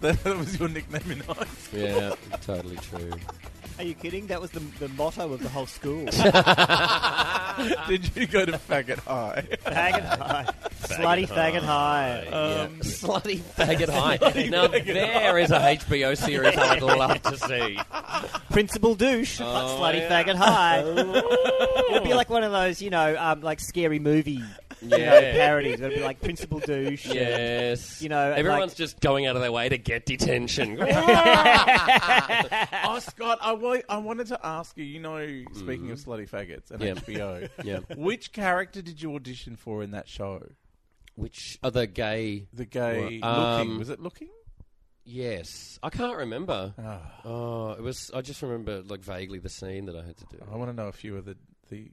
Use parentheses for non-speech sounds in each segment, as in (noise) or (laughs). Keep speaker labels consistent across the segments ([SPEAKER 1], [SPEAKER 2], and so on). [SPEAKER 1] that, that was your nickname in high school.
[SPEAKER 2] Yeah, totally true.
[SPEAKER 3] Are you kidding? That was the, the motto of the
[SPEAKER 2] (laughs)
[SPEAKER 3] whole school.
[SPEAKER 1] (laughs) Did you go to faggot high?
[SPEAKER 3] faggot high. Slutty faggot high.
[SPEAKER 1] Um,
[SPEAKER 2] Slutty faggot
[SPEAKER 1] (laughs)
[SPEAKER 2] high. Now
[SPEAKER 1] faggot
[SPEAKER 2] there is a HBO series I'd love to see.
[SPEAKER 1] (laughs)
[SPEAKER 3] Principal douche. slutty
[SPEAKER 2] Oh, yeah. (laughs)
[SPEAKER 3] faggot high. It'd be like one of those, you know, um, like scary movie you know,
[SPEAKER 2] Yeah.
[SPEAKER 3] parodies. It'd be like Principal douche. and-
[SPEAKER 2] Yes.
[SPEAKER 3] You know,
[SPEAKER 2] everyone's
[SPEAKER 3] like-
[SPEAKER 2] just going out of their way to get
[SPEAKER 1] (laughs)
[SPEAKER 2] detention.
[SPEAKER 1] oh, Scott, I wa- I wanted to ask you, you know, speaking of slutty faggots and
[SPEAKER 2] Mm-hmm. Yeah. (laughs)
[SPEAKER 1] HBO,
[SPEAKER 2] yeah.
[SPEAKER 1] which character did you audition for in that show?
[SPEAKER 2] Which other gay?
[SPEAKER 1] The gay
[SPEAKER 2] Well,
[SPEAKER 1] looking.
[SPEAKER 2] um,
[SPEAKER 1] Was it looking? Ah,
[SPEAKER 2] Yes, I can't remember. Oh, it was. I just remember like vaguely the scene that I had to do.
[SPEAKER 1] (laughs) I want to know if you were the, the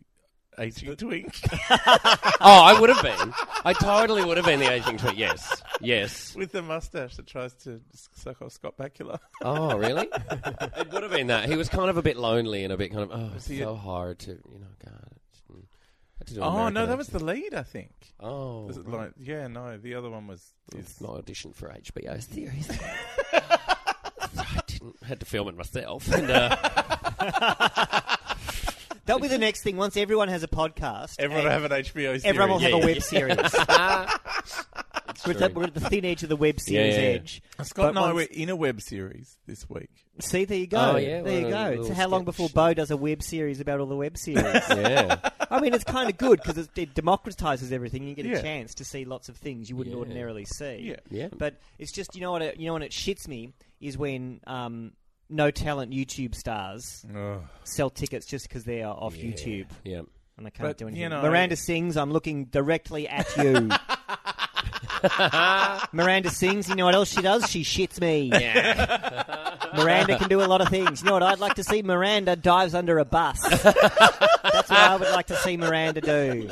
[SPEAKER 2] (laughs)
[SPEAKER 1] aging twink
[SPEAKER 2] Oh, I would have been. I totally would have been the aging twin. Yes, yes.
[SPEAKER 1] (laughs) with the mustache that tries to suck off Scott Bakula.
[SPEAKER 2] Oh,
[SPEAKER 1] (laughs)
[SPEAKER 2] really? it would have been that. He was kind of a bit lonely and a bit kind of oh,
[SPEAKER 1] he
[SPEAKER 2] so hard to you know. God, I had to do an
[SPEAKER 1] Oh,
[SPEAKER 2] American
[SPEAKER 1] no, that was the
[SPEAKER 2] accent.
[SPEAKER 1] lead, I think.
[SPEAKER 2] oh,
[SPEAKER 1] Was it like, yeah, no, the other one was.
[SPEAKER 2] it's
[SPEAKER 1] Is,
[SPEAKER 2] my audition for HBO
[SPEAKER 1] (laughs)
[SPEAKER 2] series. I didn't had to film it myself. And, uh, (laughs)
[SPEAKER 3] That'll be the next thing. Once everyone has a podcast,
[SPEAKER 1] everyone
[SPEAKER 3] and
[SPEAKER 1] have an HBO series.
[SPEAKER 3] everyone will have
[SPEAKER 2] Yeah,
[SPEAKER 3] a
[SPEAKER 2] yeah,
[SPEAKER 3] web series. (laughs) we're, at the,
[SPEAKER 2] true.
[SPEAKER 3] we're at the thin edge of the web series
[SPEAKER 2] yeah, yeah.
[SPEAKER 3] edge.
[SPEAKER 1] Scott and
[SPEAKER 3] But
[SPEAKER 1] I were
[SPEAKER 3] once-
[SPEAKER 1] in a web series this week.
[SPEAKER 3] See, there you go.
[SPEAKER 2] Oh, yeah,
[SPEAKER 3] there you
[SPEAKER 2] well, a
[SPEAKER 3] go. It's
[SPEAKER 2] little
[SPEAKER 3] how long
[SPEAKER 2] sketch.
[SPEAKER 3] before Bo does a web series about all the web series?
[SPEAKER 2] yeah,
[SPEAKER 3] I mean, it's kind of good because it democratizes everything. You get
[SPEAKER 1] Yeah.
[SPEAKER 3] a chance to see lots of things you wouldn't
[SPEAKER 2] Yeah.
[SPEAKER 3] ordinarily see.
[SPEAKER 1] Yeah.
[SPEAKER 2] yeah.
[SPEAKER 3] But it's just you know what it, you know what it shits me is when um, no talent YouTube stars sell tickets just because they are off YouTube
[SPEAKER 2] yeah.
[SPEAKER 3] and they can't
[SPEAKER 1] But,
[SPEAKER 3] do
[SPEAKER 1] you
[SPEAKER 3] anything.
[SPEAKER 1] know-
[SPEAKER 3] Miranda sings. I'm looking directly
[SPEAKER 1] (laughs)
[SPEAKER 3] at you. Miranda sings. You know what else she does? She shits me. Miranda can do a lot of things. You know what I'd like to see? Miranda dives under a
[SPEAKER 1] (laughs)
[SPEAKER 3] bus. That's what I would like to see Miranda do.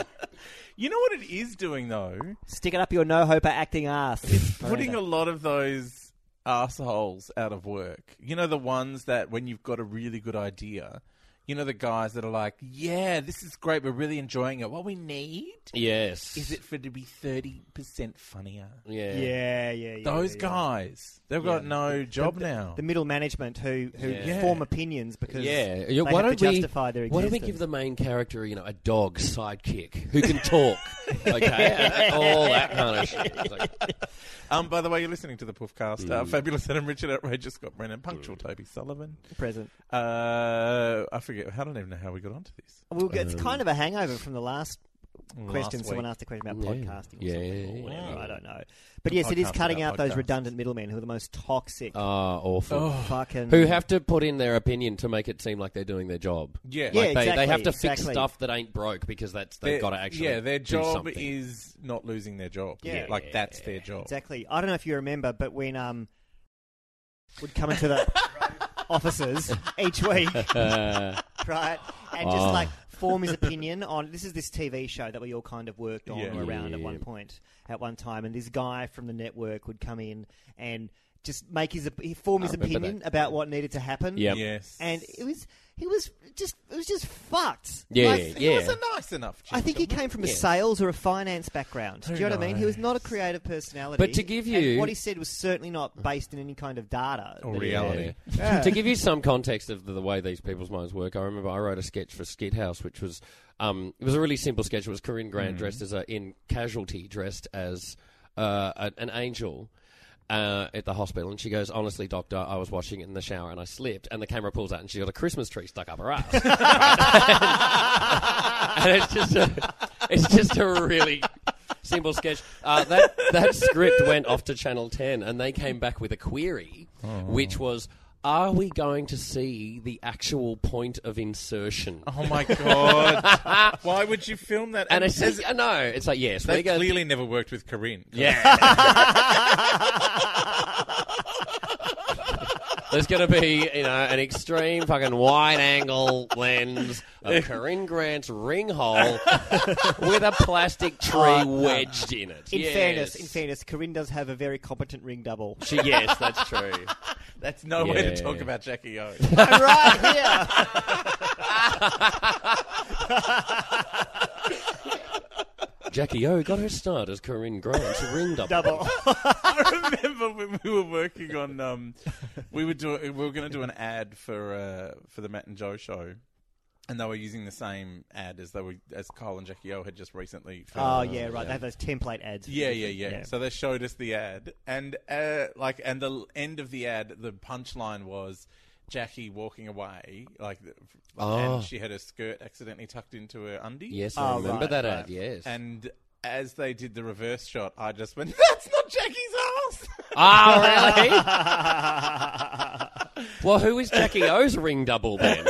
[SPEAKER 1] You know what it is doing, though?
[SPEAKER 3] Stick it up your no hoper acting ass. (laughs)
[SPEAKER 1] putting
[SPEAKER 3] Miranda.
[SPEAKER 1] a lot of those assholes out of work. You know the ones that when you've got a really good idea, you know the guys that are like, "Yeah, this is great. We're really enjoying it. What we need
[SPEAKER 2] Yes.
[SPEAKER 1] is it for it to be thirty percent funnier."
[SPEAKER 2] Yeah.
[SPEAKER 3] yeah, yeah, yeah.
[SPEAKER 1] Those
[SPEAKER 3] yeah, yeah.
[SPEAKER 1] guys, they've got no job now.
[SPEAKER 3] the middle management who who
[SPEAKER 2] Yeah.
[SPEAKER 3] form opinions because
[SPEAKER 2] Yeah,
[SPEAKER 3] they
[SPEAKER 2] why
[SPEAKER 3] have
[SPEAKER 2] don't
[SPEAKER 3] to
[SPEAKER 2] we
[SPEAKER 3] justify their
[SPEAKER 2] why
[SPEAKER 3] existence.
[SPEAKER 2] don't we give the main character, you know, a dog sidekick who can
[SPEAKER 3] (laughs)
[SPEAKER 2] talk, okay, and all that kind of shit. It's like,
[SPEAKER 1] um, by the way, you're listening to the Poofcast.
[SPEAKER 3] Mm.
[SPEAKER 1] Uh, fabulous Adam Richard, outrageous Scott Brennan, punctual Toby Sullivan.
[SPEAKER 3] present?
[SPEAKER 1] Uh, I forget. I don't even know how we got onto this.
[SPEAKER 3] Well, it's kind of a hangover from the last
[SPEAKER 1] Last
[SPEAKER 3] question. someone
[SPEAKER 1] week.
[SPEAKER 3] asked a question about
[SPEAKER 2] Yeah.
[SPEAKER 3] podcasting. Or
[SPEAKER 2] Yeah,
[SPEAKER 3] something,
[SPEAKER 2] yeah,
[SPEAKER 3] or whatever,
[SPEAKER 2] yeah.
[SPEAKER 3] I don't know. But yes, it is
[SPEAKER 1] Podcast
[SPEAKER 3] cutting
[SPEAKER 1] about
[SPEAKER 3] out those
[SPEAKER 1] podcasts.
[SPEAKER 3] redundant middlemen who are the most toxic.
[SPEAKER 2] Ah, awful.
[SPEAKER 3] Oh. fucking
[SPEAKER 2] Who have to put in their opinion to make it seem like they're doing their job.
[SPEAKER 1] Yeah,
[SPEAKER 3] Yeah,
[SPEAKER 2] Like they,
[SPEAKER 3] exactly,
[SPEAKER 2] they have to fix
[SPEAKER 3] exactly.
[SPEAKER 2] stuff that ain't broke because that's
[SPEAKER 1] Their-
[SPEAKER 2] they've got to actually.
[SPEAKER 1] Yeah, their
[SPEAKER 2] do
[SPEAKER 1] job
[SPEAKER 2] something.
[SPEAKER 1] is not losing their job.
[SPEAKER 3] Yeah.
[SPEAKER 1] like that's their job.
[SPEAKER 3] Exactly. I don't know if you remember, but when um would come into the offices each week,
[SPEAKER 2] (laughs)
[SPEAKER 3] (laughs) right, and just
[SPEAKER 2] Oh.
[SPEAKER 3] like form his opinion on this is this TV show that we all kind of worked on
[SPEAKER 1] Yeah.
[SPEAKER 3] or around at
[SPEAKER 2] Yeah.
[SPEAKER 3] one point at one time, and this guy from the network would come in and just make his op- form his
[SPEAKER 2] remember
[SPEAKER 3] opinion
[SPEAKER 2] that.
[SPEAKER 3] about what needed to happen.
[SPEAKER 2] Yep.
[SPEAKER 1] Yes,
[SPEAKER 3] And it was he was just it was just fucked.
[SPEAKER 2] Yeah,
[SPEAKER 3] Like,
[SPEAKER 2] yeah.
[SPEAKER 1] He wasn't nice enough.
[SPEAKER 3] I think he came from a
[SPEAKER 2] Yes.
[SPEAKER 3] sales or a finance background. Do you know what I mean? He was
[SPEAKER 1] knows?
[SPEAKER 3] not a creative personality.
[SPEAKER 2] But to give
[SPEAKER 3] and
[SPEAKER 2] you-
[SPEAKER 3] what he said was certainly not based in any kind of data.
[SPEAKER 1] Or reality.
[SPEAKER 3] Yeah.
[SPEAKER 2] to give you some context of the, the way these people's minds work, I remember I wrote a sketch for Skid House, which was um, it was a really simple sketch. It was Corinne Grant dressed as a in casualty, dressed as uh, a, an angel. Uh, at the hospital, and she goes, "Honestly, doctor, I was washing in the shower and I slipped." And the camera pulls out, and she's got a Christmas tree stuck up her (laughs) ass. and it's just, a, it's just a really simple sketch. Uh, that that script went off to Channel Ten, and they came back with a query, which was, "Are we going to see the actual point of insertion?"
[SPEAKER 1] Oh
[SPEAKER 2] (laughs)
[SPEAKER 1] my god! Why would you film that?
[SPEAKER 2] And it's
[SPEAKER 1] says
[SPEAKER 2] just, no, it's like yes,
[SPEAKER 1] they
[SPEAKER 2] we're going.
[SPEAKER 1] clearly never worked with Corinne.
[SPEAKER 2] Yeah. There's going to be, you know, an extreme fucking wide angle lens of Corinne Grant's ring hole with a plastic tree wedged in it.
[SPEAKER 3] In
[SPEAKER 2] Yes.
[SPEAKER 3] fairness, in fairness, Corinne does have a very competent
[SPEAKER 2] (laughs)
[SPEAKER 3] ring double.
[SPEAKER 2] She, yes, that's true.
[SPEAKER 1] (laughs) that's no way to
[SPEAKER 2] Yeah.
[SPEAKER 1] talk about Jackie
[SPEAKER 2] (laughs)
[SPEAKER 1] O.
[SPEAKER 3] I'm right here.
[SPEAKER 2] Jackie O got her start as Corinne Grant's ring double. (laughs)
[SPEAKER 3] Double.
[SPEAKER 1] (laughs) I remember when we were working on um, we were doing we were going to do an ad for uh, for the Matt and Joe show, and they were using the same ad as they were as Kyle and Jackie O had just recently.
[SPEAKER 3] Oh
[SPEAKER 1] filmed.
[SPEAKER 3] yeah, right. They have those template ads.
[SPEAKER 1] Yeah, yeah,
[SPEAKER 3] (laughs)
[SPEAKER 1] yeah, So they showed us the ad, and uh, like, and the l- end of the ad, the punchline was Jackie walking away, like, the-
[SPEAKER 2] Oh.
[SPEAKER 1] and she had her skirt accidentally tucked into her undie.
[SPEAKER 2] Yes,
[SPEAKER 3] Oh,
[SPEAKER 2] I remember
[SPEAKER 3] right,
[SPEAKER 2] that
[SPEAKER 3] right.
[SPEAKER 2] ad. Yes.
[SPEAKER 1] And as they did the reverse shot, I just went, (laughs) "That's
[SPEAKER 3] (laughs)
[SPEAKER 1] not Jackie's ass."
[SPEAKER 2] Ah, really? well, who is Jackie O's ring double then?
[SPEAKER 1] (laughs)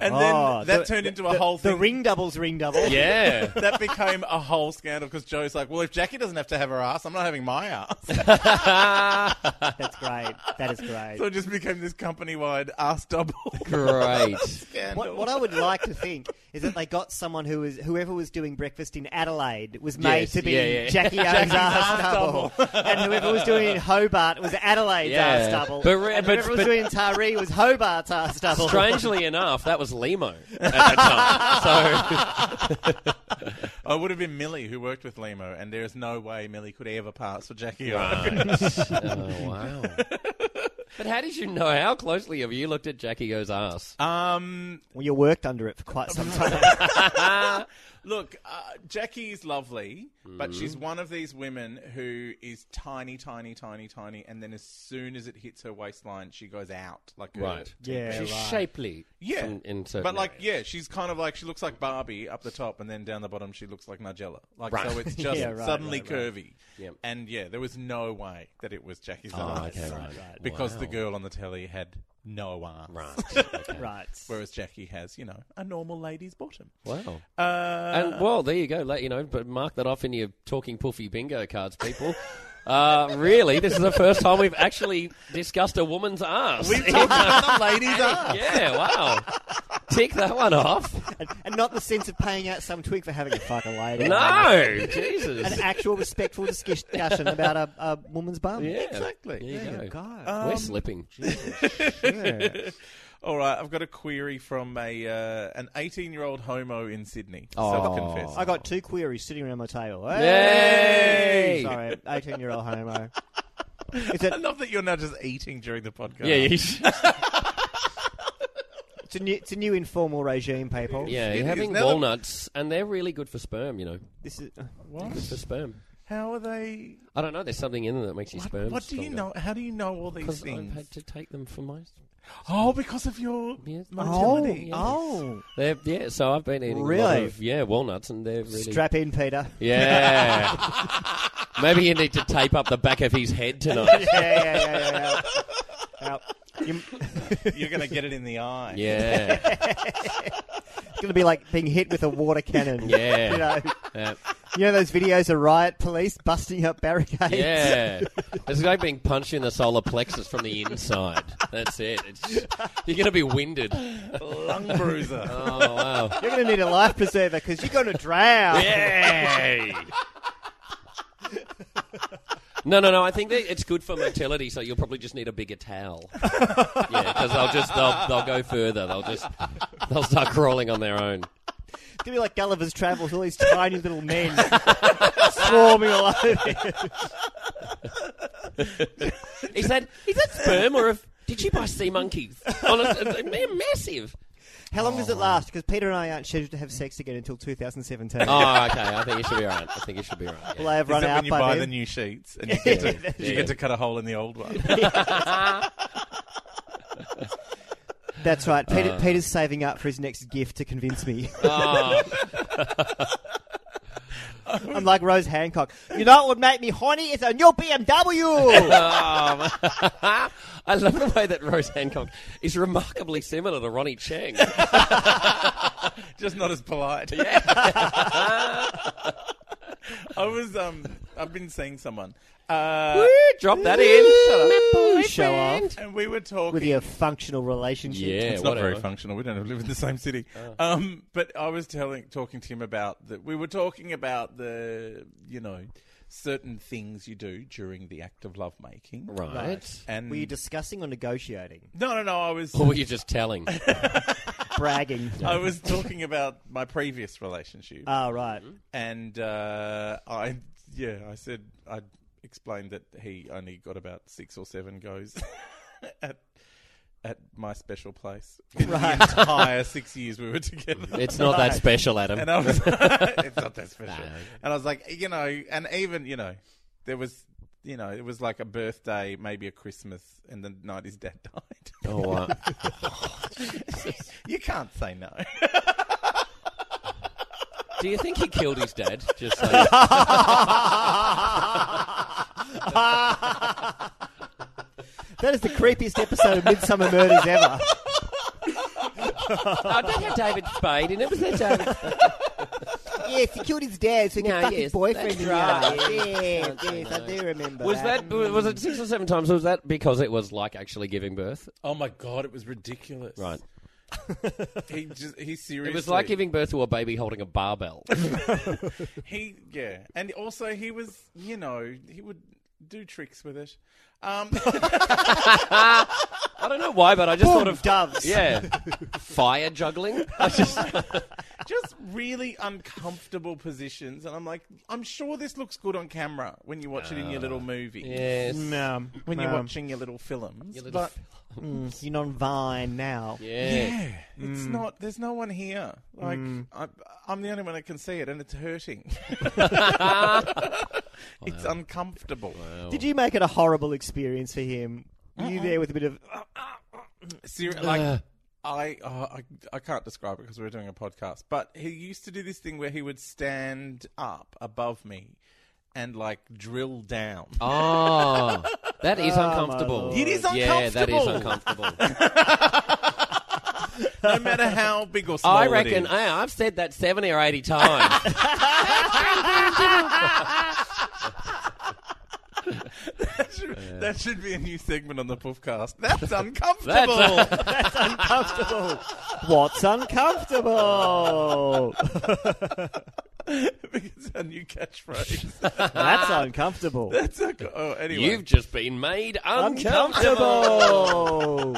[SPEAKER 1] and
[SPEAKER 3] Oh,
[SPEAKER 1] then that
[SPEAKER 3] the-
[SPEAKER 1] turned into a
[SPEAKER 3] The,
[SPEAKER 1] whole
[SPEAKER 3] the
[SPEAKER 1] thing.
[SPEAKER 3] ring doubles, ring double.
[SPEAKER 2] yeah.
[SPEAKER 1] (laughs) that became a whole scandal because Joe's like, "Well, if Jackie doesn't have to have her ass, I'm not having my ass." (laughs)
[SPEAKER 3] That's great. That is great.
[SPEAKER 1] so it just became this company-wide ass double (laughs)
[SPEAKER 2] Great.
[SPEAKER 1] scandal.
[SPEAKER 3] What, what I would like to think is that they got someone who was whoever was doing breakfast in Adelaide was made
[SPEAKER 2] Yes,
[SPEAKER 3] to be
[SPEAKER 2] yeah, yeah. (laughs)
[SPEAKER 3] Jackie O's
[SPEAKER 1] Jackie's
[SPEAKER 3] ass
[SPEAKER 1] ass
[SPEAKER 3] double, and whoever was doing it in Hobart was Adelaide's
[SPEAKER 2] Yeah.
[SPEAKER 3] ass double,
[SPEAKER 2] But re-
[SPEAKER 3] and
[SPEAKER 2] but-
[SPEAKER 3] whoever was
[SPEAKER 2] but-
[SPEAKER 3] doing it in Taree was Hobart's
[SPEAKER 2] (laughs)
[SPEAKER 3] ass double.
[SPEAKER 2] Strangely enough, that was Limo at the time.
[SPEAKER 1] I would have been Millie who worked with Limo, and there is no way Millie could ever pass for Jackie.
[SPEAKER 2] So, right. oh, wow. But how did you know? How closely have you looked at Jackie O's ass? (laughs)
[SPEAKER 1] Um,
[SPEAKER 3] Well, you worked under it for quite some time.
[SPEAKER 1] look, uh, Jackie is lovely, but
[SPEAKER 2] Mm-hmm.
[SPEAKER 1] she's one of these women who is tiny, tiny, tiny, tiny, and then as soon as it hits her waistline, she goes out like a-
[SPEAKER 2] Right.
[SPEAKER 3] yeah,
[SPEAKER 2] She's
[SPEAKER 3] right.
[SPEAKER 2] shapely.
[SPEAKER 1] Yeah,
[SPEAKER 2] In, in certain
[SPEAKER 1] but like,
[SPEAKER 2] areas.
[SPEAKER 1] yeah, she's kind of like she looks like Barbie up the top, and then down the bottom she looks like Nigella. Like,
[SPEAKER 2] Right.
[SPEAKER 1] so
[SPEAKER 2] (laughs)
[SPEAKER 1] it's just
[SPEAKER 3] Yeah, right,
[SPEAKER 1] suddenly
[SPEAKER 3] right, right.
[SPEAKER 1] curvy.
[SPEAKER 2] Yep.
[SPEAKER 1] And yeah, there was no way that it was Jackie's
[SPEAKER 2] Oh,
[SPEAKER 1] eyes
[SPEAKER 2] okay, right.
[SPEAKER 1] because the
[SPEAKER 2] Wow.
[SPEAKER 1] girl on the telly had no arms.
[SPEAKER 2] Right. Okay.
[SPEAKER 3] right.
[SPEAKER 1] Whereas Jackie has, you know, a normal lady's
[SPEAKER 2] (laughs)
[SPEAKER 1] bottom.
[SPEAKER 2] Wow.
[SPEAKER 1] Uh,
[SPEAKER 2] And well, there you go. Let you know, but mark that off in your talking puffy bingo cards, people. Uh, really, this is the first time we've actually discussed a woman's ass.
[SPEAKER 1] we've talked about the ladies are.
[SPEAKER 2] yeah, wow. Tick that one
[SPEAKER 1] (laughs)
[SPEAKER 2] off.
[SPEAKER 3] And, and not the sense of paying out some twig for having a fucking lady.
[SPEAKER 2] No,
[SPEAKER 3] An
[SPEAKER 2] Jesus.
[SPEAKER 3] actual respectful discussion about a, a woman's bum. Um,
[SPEAKER 2] Yeah,
[SPEAKER 1] Exactly.
[SPEAKER 2] There you
[SPEAKER 3] Good
[SPEAKER 2] go.
[SPEAKER 3] God.
[SPEAKER 2] We're slipping.
[SPEAKER 3] Yeah.
[SPEAKER 1] Um, All right, I've got a query from a uh, an 18 year old homo in Sydney.
[SPEAKER 2] Oh.
[SPEAKER 1] Self-confessed.
[SPEAKER 3] I got two queries sitting around my table.
[SPEAKER 2] Yay!
[SPEAKER 3] Sorry, 18 year old homo. It's a,
[SPEAKER 1] Enough that you're now just eating during the podcast.
[SPEAKER 2] Yeah,
[SPEAKER 1] (laughs)
[SPEAKER 2] you
[SPEAKER 3] it's, a new, it's a new informal regime, people.
[SPEAKER 2] yeah. You're
[SPEAKER 1] is.
[SPEAKER 2] having
[SPEAKER 1] Now that-
[SPEAKER 2] walnuts, and they're really good for sperm. You know,
[SPEAKER 3] This is,
[SPEAKER 1] What?
[SPEAKER 2] good for sperm.
[SPEAKER 1] How are they?
[SPEAKER 2] I don't know. There's something in them that makes you
[SPEAKER 1] What,
[SPEAKER 2] sperm.
[SPEAKER 1] what do you know? How do you know all these
[SPEAKER 2] Because I've
[SPEAKER 1] things?
[SPEAKER 2] had to take them for my.
[SPEAKER 1] Oh, because of your
[SPEAKER 2] Yes.
[SPEAKER 3] oh,
[SPEAKER 1] motility.
[SPEAKER 3] oh.
[SPEAKER 2] They're, yeah, so I've been eating a lot
[SPEAKER 3] Really?
[SPEAKER 2] of yeah walnuts, and they're really
[SPEAKER 3] Strap in, Peter.
[SPEAKER 2] Yeah. (laughs) Maybe you need to tape up the back of his head (laughs) tonight.
[SPEAKER 3] (laughs) Yeah, yeah, yeah, yeah. yeah. Now, you-
[SPEAKER 1] You're going to get it in the eye.
[SPEAKER 2] Yeah.
[SPEAKER 3] it's going to be like being hit with a water cannon.
[SPEAKER 2] Yeah. Uh,
[SPEAKER 3] You know,
[SPEAKER 2] Yeah.
[SPEAKER 3] you know those videos of riot police busting up barricades?
[SPEAKER 2] Yeah. It's like being punched in the solar plexus from the inside. That's it. It's, you're going to be winded.
[SPEAKER 1] Lung bruiser.
[SPEAKER 2] (laughs) Oh, wow.
[SPEAKER 3] You're going to need a life preserver because you're going to drown.
[SPEAKER 2] Yay! No, no, no. I think that it's good for motility, so you'll probably just need a bigger towel. Yeah, because they'll just they'll, they'll go further. They'll just they'll start crawling on their own.
[SPEAKER 3] It's gonna be like Gulliver's Travels, all these tiny little men (laughs) swarming all over. you.
[SPEAKER 2] Is that is that sperm or if did you buy sea monkeys? Honestly, they're massive.
[SPEAKER 3] How long does
[SPEAKER 1] Oh,
[SPEAKER 3] it last? Because Peter and I aren't scheduled to have sex again until 2017.
[SPEAKER 2] Oh, okay. I think it should be alright. I think it should be alright.
[SPEAKER 3] Will I have
[SPEAKER 1] Is
[SPEAKER 3] run
[SPEAKER 1] that
[SPEAKER 3] out
[SPEAKER 1] when you
[SPEAKER 3] by
[SPEAKER 1] buy the
[SPEAKER 3] then?
[SPEAKER 1] new sheets and you
[SPEAKER 2] (laughs)
[SPEAKER 1] get, to,
[SPEAKER 3] Yeah.
[SPEAKER 1] you
[SPEAKER 2] Yeah.
[SPEAKER 1] get to cut a hole in the old one?
[SPEAKER 3] That's right. Peter,
[SPEAKER 1] Uh.
[SPEAKER 3] Peter's saving up for his next gift to convince
[SPEAKER 1] (laughs)
[SPEAKER 3] me.
[SPEAKER 2] Oh,
[SPEAKER 3] (laughs) I'm like Rose Hancock. You know what would make me horny is a new
[SPEAKER 1] (laughs)
[SPEAKER 3] BMW.
[SPEAKER 2] um, Oh, (laughs) I love the way that Rose Hancock is remarkably similar to Ronnie Chang. (laughs)
[SPEAKER 1] Just not as polite. (laughs) I was um I've been seeing someone. Uh
[SPEAKER 2] Drop that in.
[SPEAKER 3] Ooh, show off
[SPEAKER 1] and we were talking
[SPEAKER 3] with your functional relationship.
[SPEAKER 2] Yeah,
[SPEAKER 1] it's not
[SPEAKER 2] whatever.
[SPEAKER 1] very functional. We don't live in the same city. Um, but I was telling, talking to him about that. We were talking about the, you know, certain things you do during the act of lovemaking.
[SPEAKER 2] Right.
[SPEAKER 3] Right.
[SPEAKER 1] And
[SPEAKER 3] Were you discussing or negotiating?
[SPEAKER 1] no, no, no. I was
[SPEAKER 2] Or were you just telling?
[SPEAKER 3] Bragging.
[SPEAKER 1] (laughs) I was talking about my previous relationship,
[SPEAKER 3] Ah, right.
[SPEAKER 1] and uh, I yeah, I said I explained that he only got about six or seven goes (laughs) at at my special
[SPEAKER 2] (laughs)
[SPEAKER 1] place in the entire six years we were together.
[SPEAKER 2] It's not that special, Adam.
[SPEAKER 1] And I was, (laughs) it's not that special. And I was like, you know, and even you know, there was, you know, it was like a birthday, maybe a Christmas, and the night his dad (laughs) died.
[SPEAKER 2] Oh, wow.
[SPEAKER 1] you can't say no.
[SPEAKER 2] (laughs) Do you think he killed his dad? Just (laughs) so
[SPEAKER 3] That is the creepiest episode of Midsummer Murders ever.
[SPEAKER 2] I don't have David Spade in it. Was that David Spade?
[SPEAKER 3] Yes, he killed his dad so he
[SPEAKER 2] No,
[SPEAKER 3] could fuck
[SPEAKER 2] yes,
[SPEAKER 3] his boyfriend
[SPEAKER 2] that's
[SPEAKER 3] in the
[SPEAKER 2] right.
[SPEAKER 3] arse.
[SPEAKER 2] Yeah.
[SPEAKER 3] Yeah,
[SPEAKER 2] Can't say
[SPEAKER 3] yes, I
[SPEAKER 2] no.
[SPEAKER 3] do remember
[SPEAKER 2] Was
[SPEAKER 3] that.
[SPEAKER 2] that was it six or seven times? Was that because it was like actually giving birth?
[SPEAKER 1] Oh my god, it was ridiculous.
[SPEAKER 2] Right.
[SPEAKER 1] He just he seriously.
[SPEAKER 2] It was like giving birth to a baby holding a barbell.
[SPEAKER 1] he yeah, and also he was you know he would do tricks with it. Um, (laughs)
[SPEAKER 2] I don't know why, but I just thought
[SPEAKER 3] (laughs)
[SPEAKER 2] of
[SPEAKER 3] doves.
[SPEAKER 2] yeah, fire juggling. I just
[SPEAKER 1] just really uncomfortable positions, and I'm like, I'm sure this looks good on camera when you watch it
[SPEAKER 2] Uh,
[SPEAKER 1] in your little movie.
[SPEAKER 2] yes,
[SPEAKER 3] No,
[SPEAKER 1] when you're
[SPEAKER 3] no.
[SPEAKER 1] watching your little films.
[SPEAKER 2] Um, Your little
[SPEAKER 1] but-
[SPEAKER 3] um, Mm, you're on Vine now.
[SPEAKER 2] yeah. Mm.
[SPEAKER 1] yeah, it's not. There's no one here. Like I, I'm the only one that can see it, and
[SPEAKER 2] (laughs)
[SPEAKER 1] it's hurting. It's uncomfortable.
[SPEAKER 2] Oh.
[SPEAKER 3] Did you make it a horrible experience for him? Were you there with a bit of
[SPEAKER 1] Seri- like
[SPEAKER 2] Uh.
[SPEAKER 1] I, oh, I, I can't describe it because we were doing a podcast. But he used to do this thing where he would stand up above me and like drill down.
[SPEAKER 2] Oh, that is uncomfortable.
[SPEAKER 3] Lord.
[SPEAKER 1] It is
[SPEAKER 2] Yeah, that is
[SPEAKER 1] uncomfortable.
[SPEAKER 2] uncomfortable.
[SPEAKER 1] no matter how big or
[SPEAKER 2] (laughs)
[SPEAKER 1] small
[SPEAKER 2] I
[SPEAKER 1] it
[SPEAKER 2] reckon
[SPEAKER 1] is.
[SPEAKER 2] I, have said that seventy or eighty times.
[SPEAKER 1] that, should, that should be a new segment on the podcast.
[SPEAKER 2] (laughs)
[SPEAKER 1] That's uncomfortable. (laughs)
[SPEAKER 3] uncomfortable? What's uncomfortable?
[SPEAKER 1] it's our new catchphrase. (laughs)
[SPEAKER 3] That's uncomfortable.
[SPEAKER 1] That's a, oh, anyway.
[SPEAKER 2] You've just been made (laughs) uncomfortable. (laughs)
[SPEAKER 3] Uncomfortable.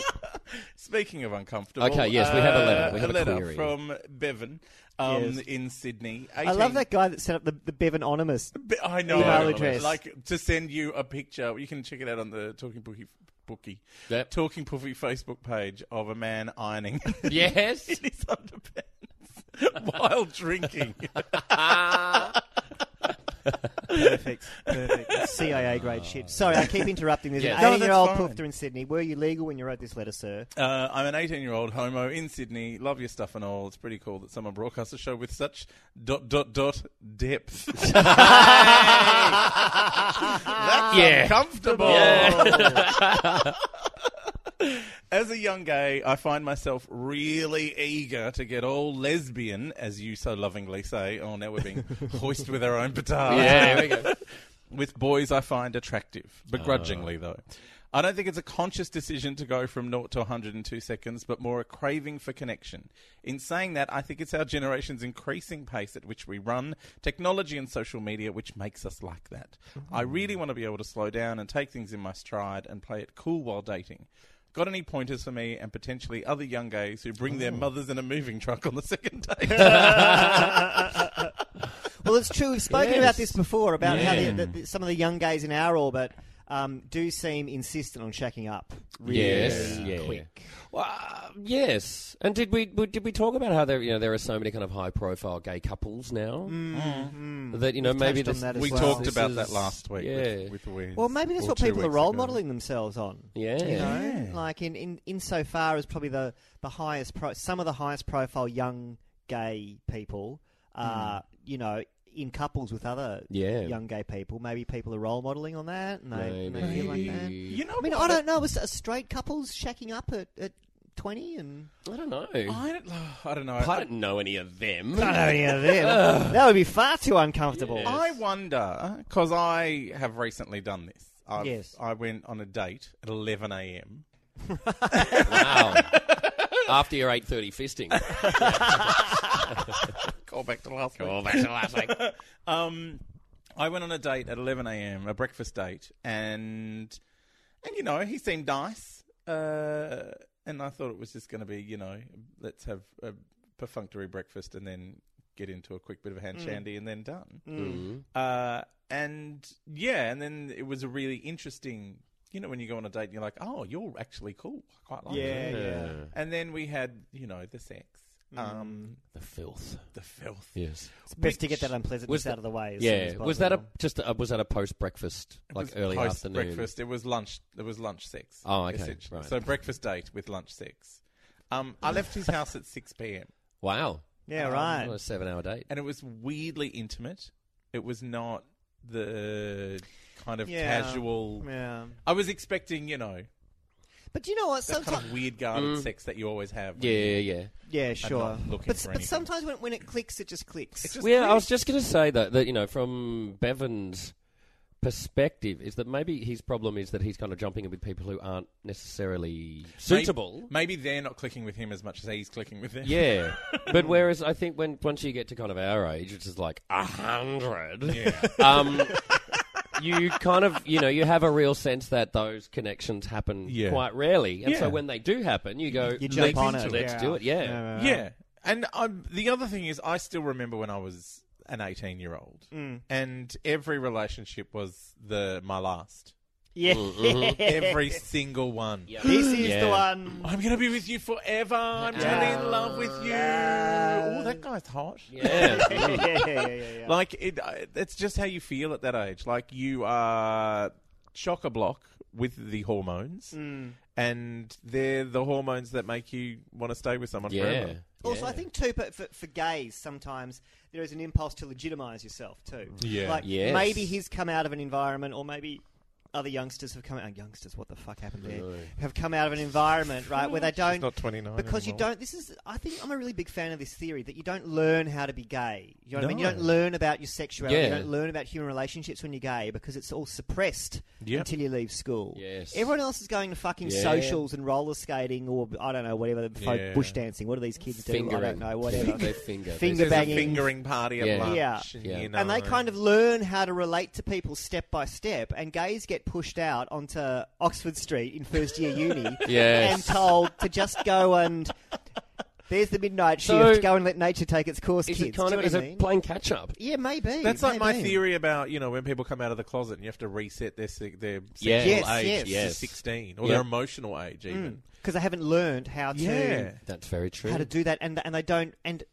[SPEAKER 1] Speaking of uncomfortable, uh,
[SPEAKER 2] Okay, yes, we have a letter. We have a
[SPEAKER 1] letter
[SPEAKER 2] query.
[SPEAKER 1] from Bevan um,
[SPEAKER 3] Yes.
[SPEAKER 1] in Sydney.
[SPEAKER 3] I love
[SPEAKER 1] 18
[SPEAKER 3] that guy that set up the, the Bevan Onimus.
[SPEAKER 1] Be- I know.
[SPEAKER 3] Email address.
[SPEAKER 1] Like to send you a picture. You can check it out on the Talking Bookie, bookie
[SPEAKER 2] Yep.
[SPEAKER 1] Talking Poofy Facebook page of a man ironing (laughs)
[SPEAKER 2] Yes.
[SPEAKER 1] in his underpants (laughs) while drinking. (laughs)
[SPEAKER 3] Perfect. (laughs) Perfect. CIA grade shit. Sorry, I keep interrupting. There's
[SPEAKER 2] Yes.
[SPEAKER 3] an
[SPEAKER 1] No,
[SPEAKER 3] 18
[SPEAKER 1] that's
[SPEAKER 3] year old
[SPEAKER 1] fine.
[SPEAKER 3] poofter in Sydney. Were you legal when you wrote this letter, sir?
[SPEAKER 1] Uh, I'm an 18 year old homo in Sydney. Love your stuff and all. It's pretty cool that someone broadcasts a show with such dot dot dot depth. (laughs) That's
[SPEAKER 2] (laughs) Yeah.
[SPEAKER 1] uncomfortable.
[SPEAKER 2] Yeah.
[SPEAKER 1] (laughs) As a young gay, I find myself really eager to get all lesbian, as you so lovingly say. Oh, now we're
[SPEAKER 2] (laughs)
[SPEAKER 1] being hoist with our own petard.
[SPEAKER 2] Yeah, there we go.
[SPEAKER 1] With boys, I find attractive, begrudgingly though. I don't think it's a conscious decision to go from 0 to 102 seconds, but more a craving for connection. In saying that, I think it's our generation's increasing pace at which we run, technology and social media, which makes us like that. I really want to be able to slow down and take things in my stride and play it cool while dating. Got any pointers for me and potentially other young gays who bring their mothers in a moving truck on the second date?
[SPEAKER 3] (laughs) Well, it's true. We've spoken
[SPEAKER 2] Yes.
[SPEAKER 3] about this before about how
[SPEAKER 2] Yeah.
[SPEAKER 3] the, the, the, some of the young gays in our orbit um, do seem insistent on shacking up. Really uh,
[SPEAKER 2] Yes, yeah.
[SPEAKER 3] quick.
[SPEAKER 2] Well, uh, yes. And did we we- did we talk about how there you know there are so many kind of high profile gay couples now that you know
[SPEAKER 3] Mm-hmm.
[SPEAKER 2] maybe
[SPEAKER 3] We've touched on
[SPEAKER 2] this,
[SPEAKER 3] that as
[SPEAKER 1] we
[SPEAKER 3] well.
[SPEAKER 1] talked
[SPEAKER 2] this
[SPEAKER 1] about that
[SPEAKER 2] is-
[SPEAKER 1] last week
[SPEAKER 2] Yeah.
[SPEAKER 1] with, with Wes,
[SPEAKER 3] Well, maybe that's
[SPEAKER 1] or
[SPEAKER 3] what
[SPEAKER 1] two
[SPEAKER 3] people are
[SPEAKER 1] weeks
[SPEAKER 3] role
[SPEAKER 1] ago.
[SPEAKER 3] modeling themselves on.
[SPEAKER 2] yeah.
[SPEAKER 3] You know, like in in insofar as probably the the highest pro- some of the highest profile young gay people are you know in couples with other
[SPEAKER 2] Hmm. Yeah.
[SPEAKER 3] young gay people. Maybe people are role modeling on that, and they, and they feel like that.
[SPEAKER 2] Maybe.
[SPEAKER 1] You know,
[SPEAKER 3] I mean,
[SPEAKER 1] what?
[SPEAKER 3] I don't know. Was uh, straight couples shacking up at, at twenty and
[SPEAKER 2] I don't know.
[SPEAKER 1] I don't, (sighs) I don't know.
[SPEAKER 2] I don't know any of them.
[SPEAKER 3] (laughs) that would be far too uncomfortable.
[SPEAKER 2] Yeah.
[SPEAKER 1] I wonder because I have recently done this. I've,
[SPEAKER 3] Yes.
[SPEAKER 1] I went on a date at 11 a.m.
[SPEAKER 2] Wow. After your eight thirty
[SPEAKER 3] (laughs)
[SPEAKER 2] fisting,
[SPEAKER 1] Call back to last week.
[SPEAKER 2] oh, that's the last thing.
[SPEAKER 1] Um, I went on a date at 11 a.m., a breakfast date, and and you know he seemed nice, uh, and I thought it was just going to be you know let's have a perfunctory breakfast and then get into a quick bit of
[SPEAKER 3] Mm.
[SPEAKER 1] hand shandy and then done. Uh, and yeah, and then it was a really interesting. You know, when you go on a date, and you're like, "Oh, you're actually cool. I quite like
[SPEAKER 2] Yeah.
[SPEAKER 1] you."
[SPEAKER 3] Yeah. Mm.
[SPEAKER 1] And then we had, you know, the sex, um,
[SPEAKER 2] The filth.
[SPEAKER 1] the filth.
[SPEAKER 2] Yes.
[SPEAKER 3] It's best to
[SPEAKER 1] Which
[SPEAKER 3] get that unpleasantness
[SPEAKER 2] was the-
[SPEAKER 3] out of the way. As soon
[SPEAKER 2] Yeah.
[SPEAKER 3] as
[SPEAKER 2] Was that a
[SPEAKER 3] possible.
[SPEAKER 2] just a, was that a post breakfast
[SPEAKER 1] It
[SPEAKER 2] like
[SPEAKER 1] was
[SPEAKER 2] early
[SPEAKER 1] post
[SPEAKER 2] afternoon?
[SPEAKER 1] breakfast. It was lunch. It was lunch sex.
[SPEAKER 2] Oh, okay,
[SPEAKER 1] essentially.
[SPEAKER 2] right.
[SPEAKER 1] So breakfast date with lunch sex. Um, I left his house at six p.m.
[SPEAKER 2] Wow.
[SPEAKER 3] Yeah,
[SPEAKER 1] um,
[SPEAKER 3] right.
[SPEAKER 2] What a seven hour date.
[SPEAKER 1] and it was weirdly intimate. It was not the kind of
[SPEAKER 3] Yeah.
[SPEAKER 1] casual.
[SPEAKER 3] yeah.
[SPEAKER 1] I was expecting, you know,
[SPEAKER 3] But you know what?
[SPEAKER 1] that
[SPEAKER 3] Sometimes
[SPEAKER 1] kind of weird guarded
[SPEAKER 2] Mm.
[SPEAKER 1] sex that you always have. when
[SPEAKER 2] Yeah,
[SPEAKER 1] you-
[SPEAKER 2] yeah, yeah.
[SPEAKER 3] Yeah,
[SPEAKER 1] I'm
[SPEAKER 3] sure.
[SPEAKER 1] not looking
[SPEAKER 3] But,
[SPEAKER 1] for
[SPEAKER 3] but
[SPEAKER 1] anything.
[SPEAKER 3] sometimes when, when it clicks, it just clicks. (laughs)
[SPEAKER 1] It's just
[SPEAKER 2] yeah, I
[SPEAKER 1] weird.
[SPEAKER 2] was just going to say that that you know from Bevan's perspective is that maybe his problem is that he's kind of jumping in with people who aren't necessarily suitable.
[SPEAKER 1] Maybe they're not clicking with him as much as he's clicking with them.
[SPEAKER 3] (laughs)
[SPEAKER 2] Yeah, but whereas I think when once you get to kind of our age, which is like a hundred, um, you kind of you know you have a real sense that those connections happen
[SPEAKER 1] Yeah.
[SPEAKER 2] quite rarely, and
[SPEAKER 1] Yeah.
[SPEAKER 2] so when they do happen, you go
[SPEAKER 3] you jump
[SPEAKER 2] let's,
[SPEAKER 3] on it.
[SPEAKER 2] let's
[SPEAKER 3] yeah.
[SPEAKER 2] do it. Yeah,
[SPEAKER 1] Yeah. And I'm, the other thing is, I still remember when I was an 18 year old,
[SPEAKER 3] Mm.
[SPEAKER 1] and every relationship was the my last.
[SPEAKER 3] Yeah.
[SPEAKER 1] (laughs) Every single one.
[SPEAKER 3] (laughs) This is
[SPEAKER 2] Yeah.
[SPEAKER 3] the
[SPEAKER 1] (laughs)
[SPEAKER 3] one. (laughs)
[SPEAKER 1] I'm going to be with you forever. I'm totally in love with you. Oh, that guy's hot.
[SPEAKER 3] (laughs)
[SPEAKER 2] yeah.
[SPEAKER 3] yeah, yeah, yeah, yeah, yeah.
[SPEAKER 1] Like, it, I- that's just how you feel at that age. Like, you are chock a block with the hormones,
[SPEAKER 3] Mm.
[SPEAKER 1] and they're the hormones that make you want to stay with someone
[SPEAKER 2] yeah.
[SPEAKER 1] forever.
[SPEAKER 3] Also,
[SPEAKER 2] yeah.
[SPEAKER 3] I think too, but for, for gays, sometimes there is an impulse to legitimise yourself too.
[SPEAKER 1] Yeah.
[SPEAKER 3] like
[SPEAKER 2] Yes.
[SPEAKER 3] maybe he's come out of an environment, or maybe other youngsters have come out. Youngsters, what the fuck happened there? Have come out of an environment, right, where they
[SPEAKER 1] It's
[SPEAKER 3] don't
[SPEAKER 1] not 29.
[SPEAKER 3] because you
[SPEAKER 1] anymore.
[SPEAKER 3] don't. This is, I think, I'm a really big fan of this theory that you don't learn how to be gay. You know what I mean? You
[SPEAKER 1] No.
[SPEAKER 3] don't learn about your sexuality. You
[SPEAKER 2] Yeah.
[SPEAKER 3] don't learn about human relationships when you're gay because it's all suppressed
[SPEAKER 1] Yep.
[SPEAKER 3] until you leave school.
[SPEAKER 2] Yes.
[SPEAKER 3] Everyone else is going to fucking
[SPEAKER 2] Yeah.
[SPEAKER 3] socials and roller skating or I don't know whatever the folk
[SPEAKER 1] Yeah.
[SPEAKER 3] bush dancing. What do these kids do? I don't
[SPEAKER 2] Fingering.
[SPEAKER 3] know.
[SPEAKER 1] (laughs)
[SPEAKER 3] Whatever.
[SPEAKER 2] They finger.
[SPEAKER 3] Finger
[SPEAKER 1] There's a
[SPEAKER 3] banging.
[SPEAKER 1] fingering party at
[SPEAKER 2] Yeah.
[SPEAKER 1] lunch.
[SPEAKER 3] Yeah.
[SPEAKER 2] Yeah.
[SPEAKER 1] You know.
[SPEAKER 3] and they kind of learn how to relate to people step by step. And gays get pushed out onto Oxford Street in first year
[SPEAKER 1] (laughs)
[SPEAKER 3] uni
[SPEAKER 2] Yes.
[SPEAKER 3] and told to just go and. There's the midnight
[SPEAKER 2] So-
[SPEAKER 3] shift. Go and let nature take its course,
[SPEAKER 2] Is
[SPEAKER 3] kids.
[SPEAKER 2] it kind
[SPEAKER 3] Do
[SPEAKER 2] of
[SPEAKER 3] you
[SPEAKER 2] is
[SPEAKER 3] know what I
[SPEAKER 2] it
[SPEAKER 3] mean?
[SPEAKER 2] playing catch up?
[SPEAKER 3] yeah, maybe.
[SPEAKER 1] That's like my
[SPEAKER 3] maybe.
[SPEAKER 1] theory about you know when people come out of the closet and you have to reset their se- their sexual
[SPEAKER 2] Yeah.
[SPEAKER 3] Yes,
[SPEAKER 1] age
[SPEAKER 3] yes. Mm.
[SPEAKER 1] to
[SPEAKER 2] Yes.
[SPEAKER 1] sixteen or
[SPEAKER 2] Yeah.
[SPEAKER 1] their emotional age even.
[SPEAKER 3] because they haven't learned how to
[SPEAKER 1] Yeah,
[SPEAKER 2] That's very true.
[SPEAKER 3] how to do that, and and they don't and.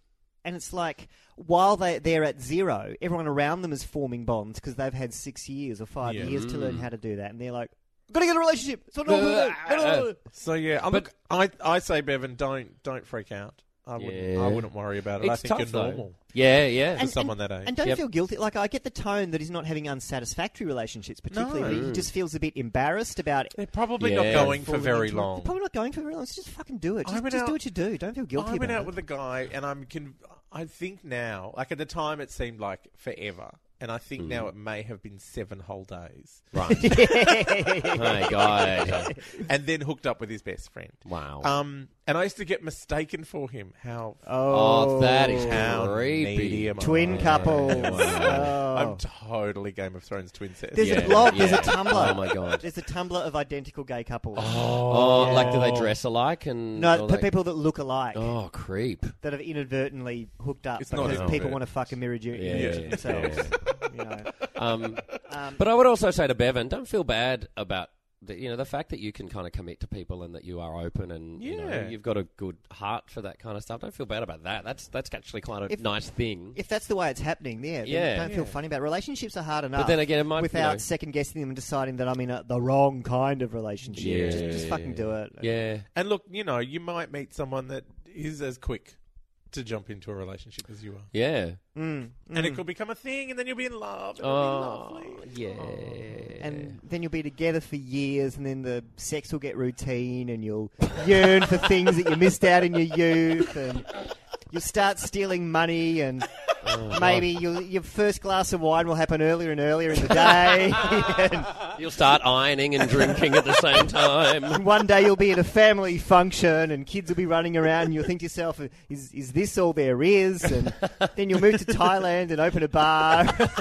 [SPEAKER 3] And it's like while they they're at zero, everyone around them is forming bonds because they've had six years or five
[SPEAKER 1] Yeah.
[SPEAKER 3] years to learn how to do that, and they're like, "Gotta get a relationship." It's not
[SPEAKER 2] Uh,
[SPEAKER 3] normal.
[SPEAKER 1] so yeah, I
[SPEAKER 2] But-
[SPEAKER 1] look, I I say Bevan, don't don't freak out. I wouldn't
[SPEAKER 2] Yeah.
[SPEAKER 1] I wouldn't worry about it. I
[SPEAKER 2] It's
[SPEAKER 1] think
[SPEAKER 2] tough,
[SPEAKER 1] you're
[SPEAKER 2] though.
[SPEAKER 1] normal
[SPEAKER 2] Yeah, yeah.
[SPEAKER 1] for someone that age.
[SPEAKER 3] And don't
[SPEAKER 2] Yep.
[SPEAKER 3] feel guilty. Like I get the tone that he's not having unsatisfactory relationships, particularly.
[SPEAKER 1] No.
[SPEAKER 3] but He just feels a bit embarrassed about it.
[SPEAKER 1] They're probably
[SPEAKER 2] Yeah.
[SPEAKER 1] not going for
[SPEAKER 3] Falling
[SPEAKER 1] very
[SPEAKER 3] into it. You're
[SPEAKER 1] long.
[SPEAKER 3] probably not going for very long. So just fucking do it.
[SPEAKER 1] I
[SPEAKER 3] Just,
[SPEAKER 1] went
[SPEAKER 3] just
[SPEAKER 1] out-
[SPEAKER 3] do what you do. Don't feel guilty
[SPEAKER 1] I went
[SPEAKER 3] about
[SPEAKER 1] out
[SPEAKER 3] it.
[SPEAKER 1] with a guy, and I'm con- I think now, like at the time, it seemed like forever, and I think now it may have been seven whole days,
[SPEAKER 2] Hmm.
[SPEAKER 1] (laughs)
[SPEAKER 2] Right. Oh My (laughs) God.
[SPEAKER 1] and then hooked up with his best friend.
[SPEAKER 2] Wow.
[SPEAKER 1] Um, and I used to get mistaken for him. How
[SPEAKER 2] oh, that is
[SPEAKER 1] How
[SPEAKER 2] creepy.
[SPEAKER 1] needy am I?
[SPEAKER 3] twin
[SPEAKER 1] Yeah.
[SPEAKER 3] couples.
[SPEAKER 2] Wow.
[SPEAKER 1] (laughs) I'm
[SPEAKER 3] Oh.
[SPEAKER 1] totally Game of Thrones twin set.
[SPEAKER 3] There's
[SPEAKER 2] Yeah,
[SPEAKER 3] a blog. There's
[SPEAKER 2] yeah.
[SPEAKER 3] a Tumblr.
[SPEAKER 2] Oh, my God.
[SPEAKER 3] There's a Tumblr of identical gay couples.
[SPEAKER 2] Oh, like do they dress alike and
[SPEAKER 3] No,
[SPEAKER 2] all
[SPEAKER 3] p-
[SPEAKER 2] that-
[SPEAKER 3] people that look alike
[SPEAKER 2] Oh, creep.
[SPEAKER 3] that have inadvertently hooked up
[SPEAKER 1] It's not
[SPEAKER 3] because people
[SPEAKER 1] inadvertent.
[SPEAKER 3] want to fuck a mirror ju-
[SPEAKER 2] Yeah,
[SPEAKER 3] image
[SPEAKER 2] yeah,
[SPEAKER 3] of themselves. You know.
[SPEAKER 2] Um,
[SPEAKER 3] Um,
[SPEAKER 2] (laughs) but I would also say to Bevan, don't feel bad about the, you know the fact that you can kind of commit to people and that you are open and you know
[SPEAKER 1] Yeah.
[SPEAKER 2] you've got a good heart for that kind of stuff. Don't feel bad about that. That's that's actually quite a
[SPEAKER 3] If-
[SPEAKER 2] nice thing.
[SPEAKER 3] if that's the way it's happening, yeah, then
[SPEAKER 2] Yeah.
[SPEAKER 3] don't feel funny about it. relationships are hard enough.
[SPEAKER 2] but then again, it might
[SPEAKER 3] without
[SPEAKER 2] you know,
[SPEAKER 3] second guessing them and deciding that I'm in a, the wrong kind of relationship,
[SPEAKER 2] Yeah.
[SPEAKER 3] just, just fucking do it.
[SPEAKER 2] yeah.
[SPEAKER 1] and look, you know, you might meet someone that is as quick to jump into a relationship as you are,
[SPEAKER 2] Yeah.
[SPEAKER 3] Mm,
[SPEAKER 1] and
[SPEAKER 3] mm.
[SPEAKER 1] it could become a thing, and then you'll be in love. and It'll
[SPEAKER 2] Oh,
[SPEAKER 1] be lovely.
[SPEAKER 2] yeah. Um,
[SPEAKER 3] And then you'll be together for years, and then the sex will get routine, and you'll yearn for things that you missed out in your youth, and you'll start stealing money, and
[SPEAKER 2] Oh,
[SPEAKER 3] maybe you'll, your first glass of wine will happen earlier and earlier in the day. and,
[SPEAKER 2] You'll start ironing and drinking at the same time.
[SPEAKER 3] and one day you'll be at a family function and kids will be running around and you'll think to yourself, is, is this all there is? And then you'll move to Thailand and open a bar. (laughs)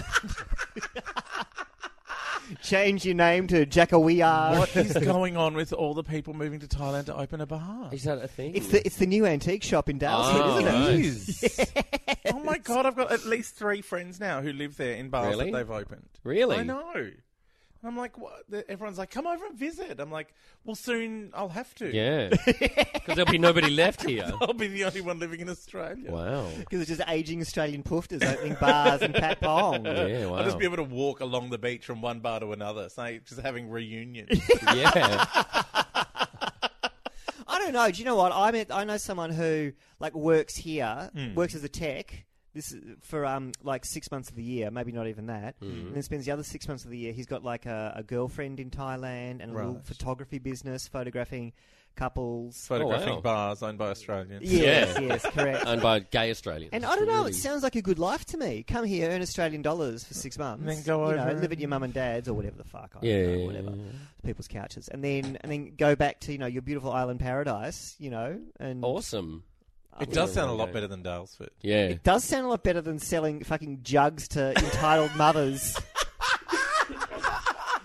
[SPEAKER 3] Change your name to Jackawiar.
[SPEAKER 1] What
[SPEAKER 2] (laughs)
[SPEAKER 1] is going on with all the people moving to Thailand to open a bar?
[SPEAKER 2] (laughs) Is that a thing?
[SPEAKER 3] It's the it's the new antique shop in Dalesford,
[SPEAKER 2] Oh,
[SPEAKER 3] isn't it?
[SPEAKER 2] right. (laughs)
[SPEAKER 1] Oh my god, I've got at least three friends now who live there in bars
[SPEAKER 2] Really?
[SPEAKER 1] that they've opened.
[SPEAKER 2] Really?
[SPEAKER 1] I know. And I'm like, what? the- Everyone's like, come over and visit. I'm like, well, soon I'll have
[SPEAKER 2] (laughs)
[SPEAKER 1] to.
[SPEAKER 2] Yeah. Because there'll be nobody left (laughs) here.
[SPEAKER 1] (laughs) I'll be the only one living in Australia.
[SPEAKER 2] Wow.
[SPEAKER 3] Because it's just aging Australian poofters opening bars and pat pong.
[SPEAKER 2] (laughs) Yeah, wow.
[SPEAKER 1] I'll just be able to walk along the beach from one bar to another, say, just having reunions.
[SPEAKER 2] (laughs)
[SPEAKER 1] (laughs)
[SPEAKER 2] yeah.
[SPEAKER 3] I don't know. Do you know what? I met, I know someone who like works here,
[SPEAKER 2] Hmm.
[SPEAKER 3] works as a tech. This is for um like six months of the year, maybe not even that,
[SPEAKER 2] Hmm.
[SPEAKER 3] and then spends the other six months of the year. He's got like a, a girlfriend in Thailand and a little
[SPEAKER 1] Right.
[SPEAKER 3] photography business, photographing couples.
[SPEAKER 1] Photographing
[SPEAKER 2] Oh, wow.
[SPEAKER 1] bars owned by Australians.
[SPEAKER 3] Yes,
[SPEAKER 2] Yeah.
[SPEAKER 3] yes, correct.
[SPEAKER 2] Owned by gay Australians.
[SPEAKER 3] And I don't know.
[SPEAKER 2] Really-
[SPEAKER 3] It sounds like a good life to me. Come here, earn Australian dollars for six months,
[SPEAKER 1] then go
[SPEAKER 3] you
[SPEAKER 1] over
[SPEAKER 3] know, live at
[SPEAKER 1] and-
[SPEAKER 3] your mum and dad's or whatever the fuck. I
[SPEAKER 2] Yeah,
[SPEAKER 3] don't know,
[SPEAKER 2] yeah,
[SPEAKER 3] whatever
[SPEAKER 2] yeah,
[SPEAKER 3] people's couches, and then and then go back to you know your beautiful island paradise, you know, and
[SPEAKER 2] Awesome.
[SPEAKER 1] It does sound a lot
[SPEAKER 2] Okay.
[SPEAKER 1] better than Dalesford.
[SPEAKER 2] Yeah.
[SPEAKER 3] It does sound a lot better than selling fucking jugs to
[SPEAKER 1] (laughs)
[SPEAKER 3] entitled mothers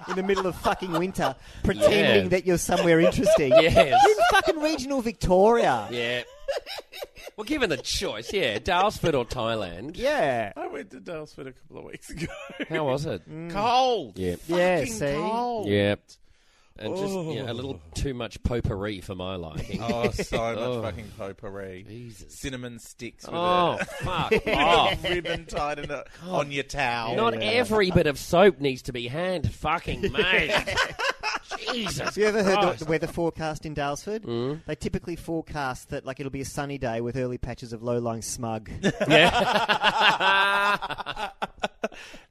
[SPEAKER 3] in the middle of fucking winter, pretending
[SPEAKER 2] Yeah.
[SPEAKER 3] that you're somewhere interesting.
[SPEAKER 2] (laughs) (laughs) Yes.
[SPEAKER 3] You're in fucking regional Victoria.
[SPEAKER 2] Yeah. well, given the choice, yeah, Dalesford or Thailand.
[SPEAKER 3] Yeah.
[SPEAKER 1] I went to Dalesford a couple of weeks ago.
[SPEAKER 2] How was it?
[SPEAKER 1] (laughs) Cold.
[SPEAKER 2] Yeah.
[SPEAKER 3] Yeah,
[SPEAKER 1] Fucking
[SPEAKER 3] see?
[SPEAKER 1] cold.
[SPEAKER 2] Yeah. And just yeah, a little too much potpourri for my liking. (laughs)
[SPEAKER 1] Oh, so much
[SPEAKER 2] Oh.
[SPEAKER 1] fucking potpourri.
[SPEAKER 2] Jesus.
[SPEAKER 1] Cinnamon sticks with
[SPEAKER 2] Oh, (laughs)
[SPEAKER 1] a
[SPEAKER 2] fuck
[SPEAKER 1] (laughs) Oh,
[SPEAKER 2] off.
[SPEAKER 1] ribbon tied in a, on your
[SPEAKER 3] Oh,
[SPEAKER 1] towel.
[SPEAKER 2] Not every bit of soap needs to be hand
[SPEAKER 3] (laughs)
[SPEAKER 2] fucking made. Jesus.
[SPEAKER 3] Have you ever heard the-
[SPEAKER 2] Christ.
[SPEAKER 3] the weather forecast in Dalesford? They typically forecast that like it'll be a sunny day with early patches of low-lying smug.
[SPEAKER 2] Yeah.
[SPEAKER 3] (laughs)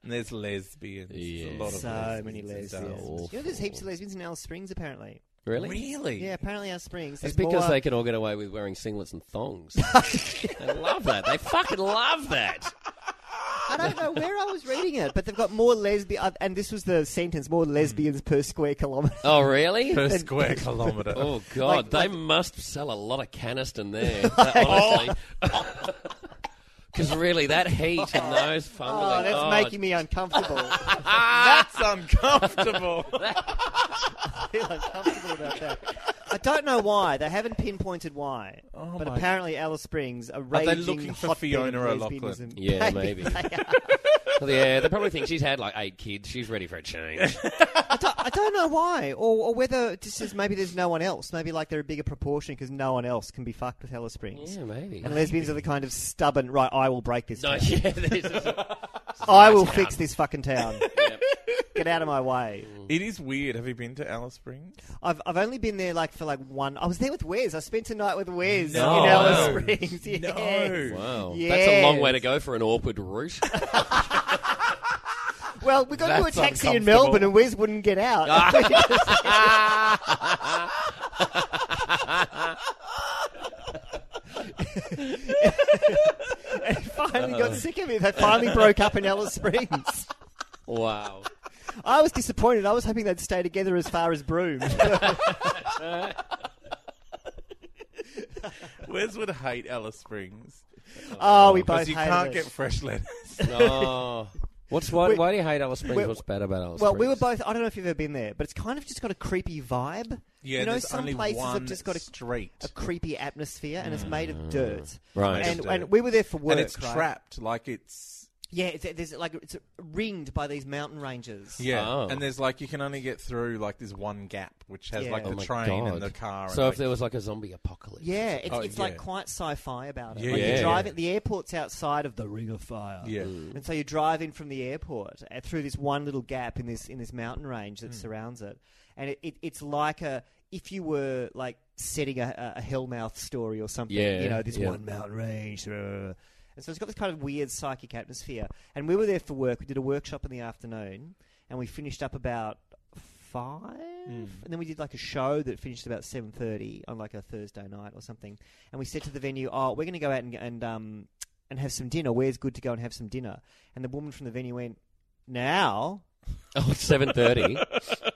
[SPEAKER 1] And there's lesbians. There's
[SPEAKER 2] Yeah.
[SPEAKER 1] a lot of
[SPEAKER 3] so
[SPEAKER 1] lesbians
[SPEAKER 3] many
[SPEAKER 1] in
[SPEAKER 3] (laughs) lesbians.
[SPEAKER 1] Dalesford.
[SPEAKER 3] You know, there's heaps of lesbians in Alice Springs apparently.
[SPEAKER 2] really?
[SPEAKER 1] Really?
[SPEAKER 3] Yeah, uh, apparently Alice Springs.
[SPEAKER 2] It's
[SPEAKER 3] there's
[SPEAKER 2] because (laughs)
[SPEAKER 3] more- (laughs)
[SPEAKER 2] they can all get away with wearing singlets and thongs. they love that. They fucking love that.
[SPEAKER 3] I don't know where I was reading it, but they've got more lesbian, and this was the sentence: more lesbians per square kilometre.
[SPEAKER 2] Oh, really?
[SPEAKER 3] (laughs)
[SPEAKER 1] Per square kilometre.
[SPEAKER 2] Oh God,
[SPEAKER 3] Like-
[SPEAKER 2] they
[SPEAKER 3] like-
[SPEAKER 2] must sell a lot of Caniston
[SPEAKER 3] (laughs)
[SPEAKER 2] there. that- honestly, (laughs) because really, that heat and those fumbling.
[SPEAKER 3] Oh. Oh, that's making (laughs) me uncomfortable. I
[SPEAKER 1] That's
[SPEAKER 3] (laughs)
[SPEAKER 1] uncomfortable.
[SPEAKER 3] feel uncomfortable about that. I don't know why they haven't pinpointed why,
[SPEAKER 1] Oh
[SPEAKER 3] but
[SPEAKER 1] my-
[SPEAKER 3] apparently Alice Springs are
[SPEAKER 1] they
[SPEAKER 3] raging
[SPEAKER 1] looking for
[SPEAKER 3] hotbed of
[SPEAKER 1] Fiona O'Loughlin?
[SPEAKER 3] lesbianism.
[SPEAKER 2] Yeah, maybe.
[SPEAKER 3] (laughs) they are.
[SPEAKER 2] (laughs) yeah, they probably think she's had like eight kids. She's ready for a
[SPEAKER 3] (laughs)
[SPEAKER 2] change.
[SPEAKER 3] I don't, I don't know why, or, or whether this is maybe there's no one else. Maybe like they're a bigger proportion because no one else can be fucked with Alice Springs.
[SPEAKER 2] yeah, maybe.
[SPEAKER 3] And lesbians are the kind of stubborn. Right, I will break this.
[SPEAKER 2] No,
[SPEAKER 3] down.
[SPEAKER 2] (laughs) yeah, this is-
[SPEAKER 3] (laughs) I will
[SPEAKER 2] Nice
[SPEAKER 3] fix
[SPEAKER 2] town.
[SPEAKER 3] this
[SPEAKER 2] (laughs)
[SPEAKER 3] fucking town. Get out of my way.
[SPEAKER 1] (laughs)
[SPEAKER 2] Mm.
[SPEAKER 1] it is weird. Have you been to Alice Springs?
[SPEAKER 3] I've, I've only been there like for like one. I was there with Wes. I spent a night with Wes
[SPEAKER 2] No.
[SPEAKER 3] in Alice
[SPEAKER 2] No.
[SPEAKER 3] Springs. (laughs) Yes.
[SPEAKER 1] No.
[SPEAKER 2] Wow, that's a long
[SPEAKER 3] Yes.
[SPEAKER 2] way to go for an awkward (laughs) route.
[SPEAKER 3] Well, we got into a
[SPEAKER 1] That's
[SPEAKER 3] taxi in
[SPEAKER 1] uncomfortable. Ah.
[SPEAKER 3] Melbourne and Wes wouldn't get out. and (laughs) he finally
[SPEAKER 1] Uh.
[SPEAKER 3] got sick of it. They finally broke up in Alice
[SPEAKER 1] (laughs)
[SPEAKER 3] Springs.
[SPEAKER 2] wow.
[SPEAKER 3] I was disappointed. I was hoping they'd stay together as far as Broome.
[SPEAKER 1] (laughs)
[SPEAKER 3] (laughs)
[SPEAKER 1] Wes would hate Alice Springs.
[SPEAKER 3] oh, we both
[SPEAKER 1] Because you
[SPEAKER 3] hated
[SPEAKER 1] can't
[SPEAKER 3] it.
[SPEAKER 1] get fresh lettuce.
[SPEAKER 3] (laughs)
[SPEAKER 2] No. What's why,
[SPEAKER 3] We-
[SPEAKER 2] why do you hate Alice Springs?
[SPEAKER 3] we-
[SPEAKER 2] What's bad about Alice
[SPEAKER 3] Well,
[SPEAKER 2] Springs?
[SPEAKER 3] we were both. I don't know if you've ever been there, but it's kind of just got a creepy vibe.
[SPEAKER 1] (laughs) Yeah,
[SPEAKER 3] you know,
[SPEAKER 1] there's
[SPEAKER 3] some
[SPEAKER 1] only
[SPEAKER 3] places
[SPEAKER 1] one
[SPEAKER 3] have just got a,
[SPEAKER 1] street.
[SPEAKER 3] a creepy atmosphere, and it's made of dirt.
[SPEAKER 2] Right.
[SPEAKER 3] And,
[SPEAKER 1] Made of
[SPEAKER 3] and
[SPEAKER 1] dirt.
[SPEAKER 3] we were there for work.
[SPEAKER 1] and it's
[SPEAKER 3] right?
[SPEAKER 1] trapped like it's
[SPEAKER 3] Yeah, it's, there's like it's ringed by these mountain ranges.
[SPEAKER 1] yeah.
[SPEAKER 2] Oh.
[SPEAKER 1] And there's like you can only get through like this one gap, which has
[SPEAKER 3] Yeah.
[SPEAKER 1] like
[SPEAKER 3] Oh
[SPEAKER 1] the
[SPEAKER 2] my
[SPEAKER 1] train
[SPEAKER 2] God.
[SPEAKER 1] and the car.
[SPEAKER 2] So
[SPEAKER 1] and,
[SPEAKER 2] if there was like a zombie apocalypse,
[SPEAKER 3] Yeah, it's,
[SPEAKER 1] Oh,
[SPEAKER 3] it's
[SPEAKER 1] yeah.
[SPEAKER 3] like quite sci-fi about it.
[SPEAKER 1] Yeah,
[SPEAKER 3] like
[SPEAKER 2] yeah,
[SPEAKER 3] you drive
[SPEAKER 1] yeah.
[SPEAKER 3] at the airport's outside of the Ring of Fire.
[SPEAKER 1] yeah,
[SPEAKER 3] And so you drive in from the airport uh, through this one little gap in this in this mountain range
[SPEAKER 1] Hmm.
[SPEAKER 3] that surrounds it, and it, it, it's like a if you were like setting a, a a Hellmouth story or something.
[SPEAKER 2] Yeah,
[SPEAKER 3] you know this
[SPEAKER 2] yeah.
[SPEAKER 3] one mountain range. uh, And so it's got this kind of weird psychic atmosphere. And we were there for work. We did a workshop in the afternoon, and we finished up about five,
[SPEAKER 2] Hmm.
[SPEAKER 3] and then we did like a show that finished about seven thirty on like a Thursday night or something. And we said to the venue, "Oh, we're going to go out and and um and have some dinner. Where's good to go and have some dinner?" And the woman from the venue went, "Now,"
[SPEAKER 2] (laughs) Oh, it's seven
[SPEAKER 3] (laughs)
[SPEAKER 2] thirty.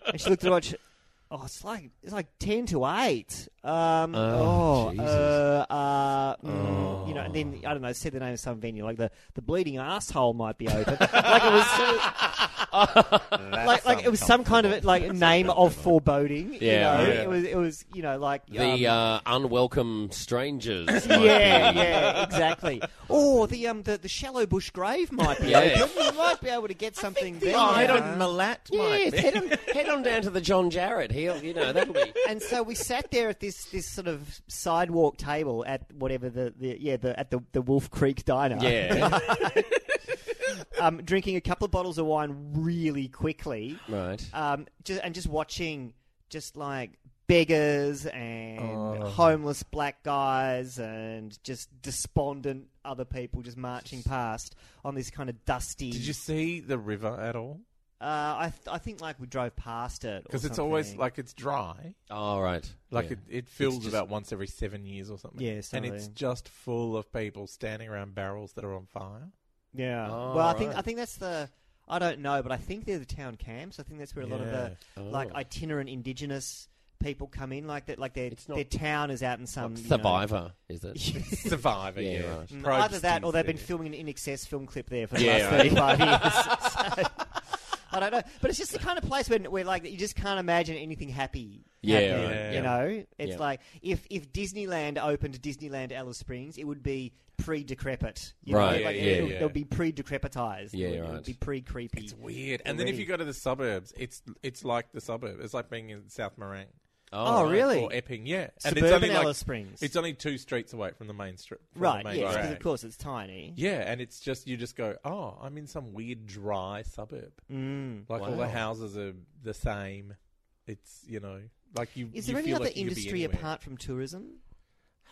[SPEAKER 3] and she looked at the watch. (laughs) Oh, it's like it's like ten to eight. Um,
[SPEAKER 2] Oh,
[SPEAKER 3] oh,
[SPEAKER 2] Jesus. Oh.
[SPEAKER 3] uh, uh, mm, you know, and then I don't know, said the name of some venue like the the bleeding asshole might be open. like it was (laughs) like like it was some kind of like name of foreboding.
[SPEAKER 2] Yeah,
[SPEAKER 3] you know?
[SPEAKER 1] yeah.
[SPEAKER 3] it was it was you know like
[SPEAKER 2] The
[SPEAKER 3] um,
[SPEAKER 2] uh, unwelcome
[SPEAKER 3] (laughs)
[SPEAKER 2] strangers. might
[SPEAKER 3] yeah,
[SPEAKER 2] be-
[SPEAKER 3] yeah, exactly. Or the um the, the shallow bush grave might be
[SPEAKER 2] (laughs) Yeah.
[SPEAKER 3] open. You might be able to get something there.
[SPEAKER 1] Oh, I
[SPEAKER 3] you
[SPEAKER 1] don't
[SPEAKER 3] know.
[SPEAKER 1] Malat
[SPEAKER 2] Yes, head on, head on down to the John Jarrett. He'll, you know,
[SPEAKER 3] (laughs)
[SPEAKER 2] that'll be.
[SPEAKER 3] and so we sat there at this, this sort of sidewalk table at whatever the, the yeah the at the, the Wolf Creek Diner.
[SPEAKER 2] Yeah,
[SPEAKER 3] um, drinking a couple of bottles of wine really quickly,
[SPEAKER 2] right.
[SPEAKER 3] um, just, and just watching just like beggars and
[SPEAKER 1] Oh.
[SPEAKER 3] homeless black guys and just despondent other people just marching past on this kind of dusty.
[SPEAKER 1] Did you see the river at all?
[SPEAKER 3] Uh, I th- I think like we drove past it or
[SPEAKER 1] Because it's always
[SPEAKER 3] something.
[SPEAKER 1] like it's dry.
[SPEAKER 2] All right.
[SPEAKER 1] Like
[SPEAKER 2] Yeah.
[SPEAKER 1] it, it fills
[SPEAKER 2] It's just-
[SPEAKER 1] about once every seven years or something.
[SPEAKER 3] Yeah,
[SPEAKER 1] and it's
[SPEAKER 3] something.
[SPEAKER 1] just full of people standing around barrels that are on fire.
[SPEAKER 3] yeah.
[SPEAKER 2] Oh,
[SPEAKER 3] well, I think
[SPEAKER 2] right.
[SPEAKER 3] I think that's the. I don't know, but I think they're the town camps. I think that's where a lot of the like
[SPEAKER 2] Oh.
[SPEAKER 3] itinerant indigenous people come in. Like that, like their
[SPEAKER 2] It's not-
[SPEAKER 3] their town is out in some um, you know-
[SPEAKER 2] Oh. Survivor, is it?
[SPEAKER 3] (laughs)
[SPEAKER 1] (laughs) Survivor,
[SPEAKER 2] Yeah,
[SPEAKER 1] yeah.
[SPEAKER 2] right.
[SPEAKER 3] Mm,
[SPEAKER 1] Probe
[SPEAKER 3] Either that, or they've been
[SPEAKER 1] stinks,
[SPEAKER 3] filming an in excess film clip there for the
[SPEAKER 2] Yeah,
[SPEAKER 3] last
[SPEAKER 1] (laughs)
[SPEAKER 3] thirty-five years. (laughs) So, I don't know, but it's just the kind of place where, where like you just can't imagine anything happy.
[SPEAKER 2] Yeah,
[SPEAKER 3] happening,
[SPEAKER 1] right, yeah.
[SPEAKER 3] you know, it's
[SPEAKER 2] Yeah.
[SPEAKER 3] like if if Disneyland opened Disneyland Alice Springs, it would be pre-decrepit, you
[SPEAKER 2] Right,
[SPEAKER 3] Know? Like,
[SPEAKER 1] yeah,
[SPEAKER 3] it, would,
[SPEAKER 1] yeah.
[SPEAKER 3] it would be pre-decrepitized.
[SPEAKER 2] Yeah,
[SPEAKER 3] it would, it
[SPEAKER 2] right.
[SPEAKER 3] would be pre-creepy.
[SPEAKER 1] It's weird. And then if
[SPEAKER 3] Already.
[SPEAKER 1] you go to the suburbs, it's it's like the suburb. It's like being in South Morang
[SPEAKER 3] Oh,
[SPEAKER 2] right.
[SPEAKER 3] really?
[SPEAKER 1] or Epping, yeah. and it's
[SPEAKER 3] Suburban
[SPEAKER 1] only
[SPEAKER 3] Alice
[SPEAKER 1] like
[SPEAKER 3] Springs,
[SPEAKER 1] it's only two streets away from the main strip. from the
[SPEAKER 3] right?
[SPEAKER 1] main
[SPEAKER 3] Yes, because
[SPEAKER 1] drag.
[SPEAKER 3] of course it's tiny.
[SPEAKER 1] Yeah, and it's just you just go, oh, I'm in some weird dry suburb.
[SPEAKER 3] Mm.
[SPEAKER 1] Like all
[SPEAKER 2] Wow.
[SPEAKER 1] the houses are the same. It's you know, like you.
[SPEAKER 3] Is
[SPEAKER 1] you
[SPEAKER 3] there any
[SPEAKER 1] feel
[SPEAKER 3] other
[SPEAKER 1] like you could be
[SPEAKER 3] industry
[SPEAKER 1] anywhere.
[SPEAKER 3] apart from tourism?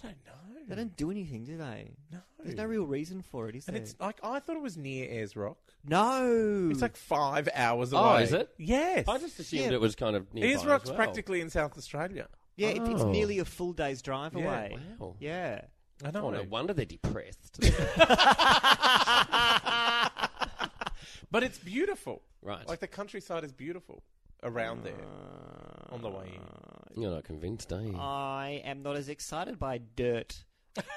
[SPEAKER 1] I don't know.
[SPEAKER 3] They don't do anything, do they?
[SPEAKER 1] No.
[SPEAKER 3] There's no real reason for it, is
[SPEAKER 1] And
[SPEAKER 3] there?
[SPEAKER 1] it's like I thought it was near Ayers Rock.
[SPEAKER 3] No,
[SPEAKER 1] It's like five hours
[SPEAKER 2] Oh,
[SPEAKER 1] away.
[SPEAKER 2] is it?
[SPEAKER 1] Yes.
[SPEAKER 2] I just assumed
[SPEAKER 3] Yeah.
[SPEAKER 2] it was kind of nearby
[SPEAKER 1] Ayers Rock's
[SPEAKER 2] as well.
[SPEAKER 1] practically in South Australia.
[SPEAKER 3] yeah, it- it's
[SPEAKER 2] Oh.
[SPEAKER 3] nearly a full day's drive
[SPEAKER 1] Yeah.
[SPEAKER 3] away.
[SPEAKER 2] Wow.
[SPEAKER 3] Yeah.
[SPEAKER 1] I know.
[SPEAKER 2] Oh, no wonder they're depressed.
[SPEAKER 1] (laughs) (laughs) But it's beautiful.
[SPEAKER 2] right.
[SPEAKER 1] Like the countryside is beautiful around there on the way in.
[SPEAKER 2] You're not convinced, are
[SPEAKER 1] Oh,
[SPEAKER 2] you?
[SPEAKER 3] I am not as excited by dirt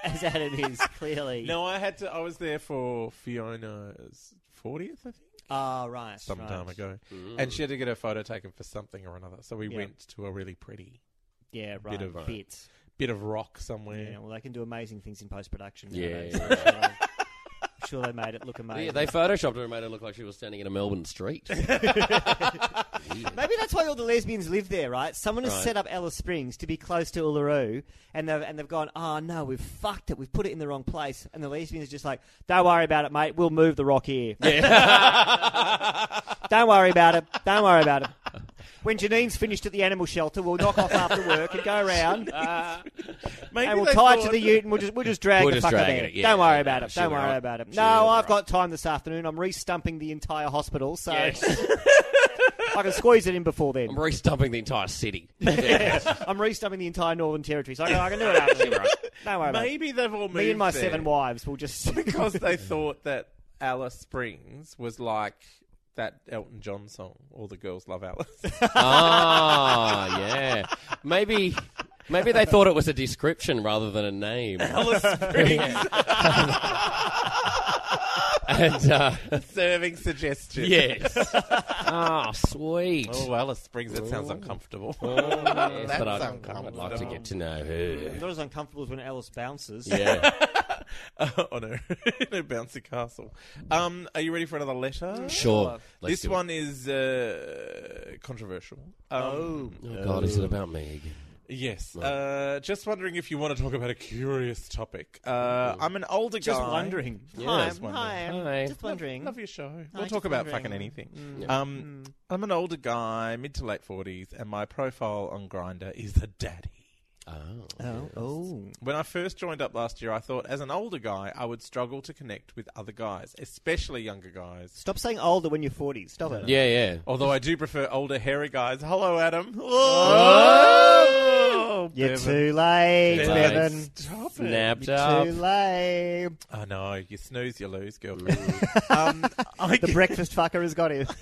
[SPEAKER 3] as Adam is clearly.
[SPEAKER 1] No, I had to. I was there for Fiona's fortieth, I think,
[SPEAKER 3] Ah, right.
[SPEAKER 1] some
[SPEAKER 3] right.
[SPEAKER 1] time ago, and she had to get her photo taken for something or another. So we
[SPEAKER 3] Yeah.
[SPEAKER 1] went to a really pretty
[SPEAKER 3] Yeah, right.
[SPEAKER 1] of, uh,
[SPEAKER 3] bit.
[SPEAKER 1] bit of rock somewhere.
[SPEAKER 3] Yeah. Well, they can do amazing things in post production.
[SPEAKER 2] Yeah.
[SPEAKER 3] I'm uh, sure they made it look amazing.
[SPEAKER 2] Yeah, they photoshopped her and made her look like she was standing in a Melbourne
[SPEAKER 1] (laughs)
[SPEAKER 2] street. (laughs)
[SPEAKER 3] Maybe that's why all the lesbians live there, right? Someone has
[SPEAKER 2] Right.
[SPEAKER 3] set up Alice Springs to be close to Uluru, and they've and they've gone, oh no, we've fucked it, we've put it in the wrong place, and the lesbians are just like, don't worry about it, mate, we'll move the rock here. don't worry about it, don't worry about it. When Janine's finished at the animal shelter, we'll knock off after work and go
[SPEAKER 1] (laughs)
[SPEAKER 3] around,
[SPEAKER 1] Maybe
[SPEAKER 3] and we'll
[SPEAKER 1] they
[SPEAKER 3] tie it to
[SPEAKER 1] thought-
[SPEAKER 3] the ute, and we'll just we'll just drag
[SPEAKER 2] We'll
[SPEAKER 3] the
[SPEAKER 2] just
[SPEAKER 3] fucker
[SPEAKER 2] drag
[SPEAKER 3] there.
[SPEAKER 2] it, yeah,
[SPEAKER 3] don't worry
[SPEAKER 2] yeah,
[SPEAKER 3] about
[SPEAKER 2] yeah,
[SPEAKER 3] it,
[SPEAKER 2] sure,
[SPEAKER 3] don't worry
[SPEAKER 2] right.
[SPEAKER 3] about it.
[SPEAKER 2] Sure,
[SPEAKER 3] no, I've
[SPEAKER 2] right.
[SPEAKER 3] got time this afternoon. I'm re-stumping the entire hospital, so. I can squeeze it in before then.
[SPEAKER 1] (laughs)
[SPEAKER 2] I'm re-stumping the entire city.
[SPEAKER 3] I'm restubbing the entire Northern Territory, so I can, I can do it after this. Don't worry about it.
[SPEAKER 1] Maybe they've all moved
[SPEAKER 3] Me and my
[SPEAKER 1] there
[SPEAKER 3] seven wives will just. (laughs)
[SPEAKER 1] (laughs) because they thought that Alice Springs was like that Elton John song. All the girls love Alice.
[SPEAKER 3] (laughs)
[SPEAKER 2] ah, yeah. Maybe, maybe they thought it was a description rather than a
[SPEAKER 1] (laughs)
[SPEAKER 2] name.
[SPEAKER 1] Alice Springs
[SPEAKER 2] And uh,
[SPEAKER 1] serving suggestion.
[SPEAKER 2] yes. (laughs) Ah, sweet.
[SPEAKER 1] Oh, Alice Springs. That sounds uncomfortable.
[SPEAKER 3] Oh.
[SPEAKER 2] Yes,
[SPEAKER 1] That's
[SPEAKER 2] but I'd,
[SPEAKER 1] uncomfortable.
[SPEAKER 2] I'd like to get to know her.
[SPEAKER 3] Not as uncomfortable as when Alice bounces.
[SPEAKER 2] Yeah.
[SPEAKER 1] (laughs) on a, in a bouncy castle. Um, are you ready for another letter?
[SPEAKER 2] Sure. Let's
[SPEAKER 1] this
[SPEAKER 2] do it.
[SPEAKER 1] one is uh, controversial. Um,
[SPEAKER 2] Oh God, is it about me again?
[SPEAKER 1] Yes. Uh, just wondering if you want to talk about a curious topic. Uh, I'm an older guy.
[SPEAKER 3] Just wondering.
[SPEAKER 2] Yeah.
[SPEAKER 3] hi,
[SPEAKER 1] Just
[SPEAKER 3] just
[SPEAKER 1] wondering.
[SPEAKER 3] hi,
[SPEAKER 2] Hi.
[SPEAKER 3] Just wondering.
[SPEAKER 1] Love your show.
[SPEAKER 3] I
[SPEAKER 1] we'll
[SPEAKER 3] just
[SPEAKER 1] talk about
[SPEAKER 3] wondering. Mm.
[SPEAKER 1] fucking anything.
[SPEAKER 2] Yeah.
[SPEAKER 1] Um, I'm an older guy, mid to late 40s, and my profile on Grinder is the daddy.
[SPEAKER 2] Oh.
[SPEAKER 1] Ah.
[SPEAKER 3] Oh, oh.
[SPEAKER 1] When I first joined up last year, I thought as an older guy, I would struggle to connect with other guys, especially younger guys.
[SPEAKER 3] Stop saying older when you're 40. Stop it.
[SPEAKER 2] Yeah, yeah.
[SPEAKER 1] Although I do prefer older, hairy guys. Hello, Adam. Oh,
[SPEAKER 3] You're
[SPEAKER 1] Bevan.
[SPEAKER 3] too late,
[SPEAKER 2] Too late.
[SPEAKER 3] Bevan.
[SPEAKER 1] Stop it.
[SPEAKER 2] Snapped
[SPEAKER 3] You're
[SPEAKER 2] up.
[SPEAKER 3] too late.
[SPEAKER 1] I know. You snooze, you lose, girlfriend. um,
[SPEAKER 3] (laughs)
[SPEAKER 1] I
[SPEAKER 3] The breakfast fucker has
[SPEAKER 2] (laughs)
[SPEAKER 3] got him.
[SPEAKER 1] (laughs)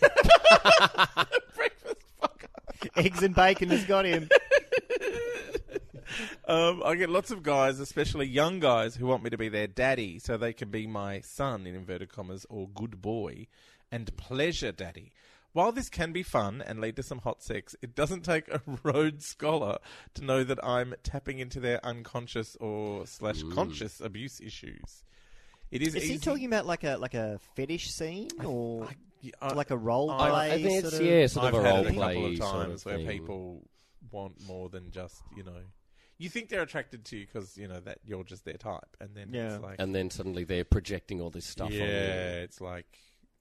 [SPEAKER 1] breakfast fucker.
[SPEAKER 3] Eggs and bacon has got him.
[SPEAKER 1] Um, I get lots of guys, especially young guys, who want me to be their daddy so they can be my son, in inverted commas, or good boy, and pleasure daddy. While this can be fun and lead to some hot sex, it doesn't take a (laughs) Rhodes scholar to know that I'm tapping into their unconscious or slash conscious abuse issues. It is.
[SPEAKER 3] Mm. Is he
[SPEAKER 1] easy-
[SPEAKER 3] talking about like a like a fetish scene or
[SPEAKER 1] I-
[SPEAKER 3] like a role
[SPEAKER 1] I-
[SPEAKER 3] play?
[SPEAKER 1] I
[SPEAKER 2] I think
[SPEAKER 3] sort
[SPEAKER 2] it's
[SPEAKER 3] of?
[SPEAKER 2] yeah, sort of
[SPEAKER 1] I've
[SPEAKER 2] a
[SPEAKER 1] had
[SPEAKER 2] role
[SPEAKER 1] it a
[SPEAKER 2] play
[SPEAKER 1] couple of
[SPEAKER 2] sort
[SPEAKER 1] times where
[SPEAKER 2] thing.
[SPEAKER 1] people want more than just you know. You think they're attracted to you because you know that you're just their type, and then
[SPEAKER 3] Yeah.
[SPEAKER 1] it's like,
[SPEAKER 2] and then suddenly they're projecting all this stuff.
[SPEAKER 1] yeah,
[SPEAKER 2] on you.
[SPEAKER 1] it's like,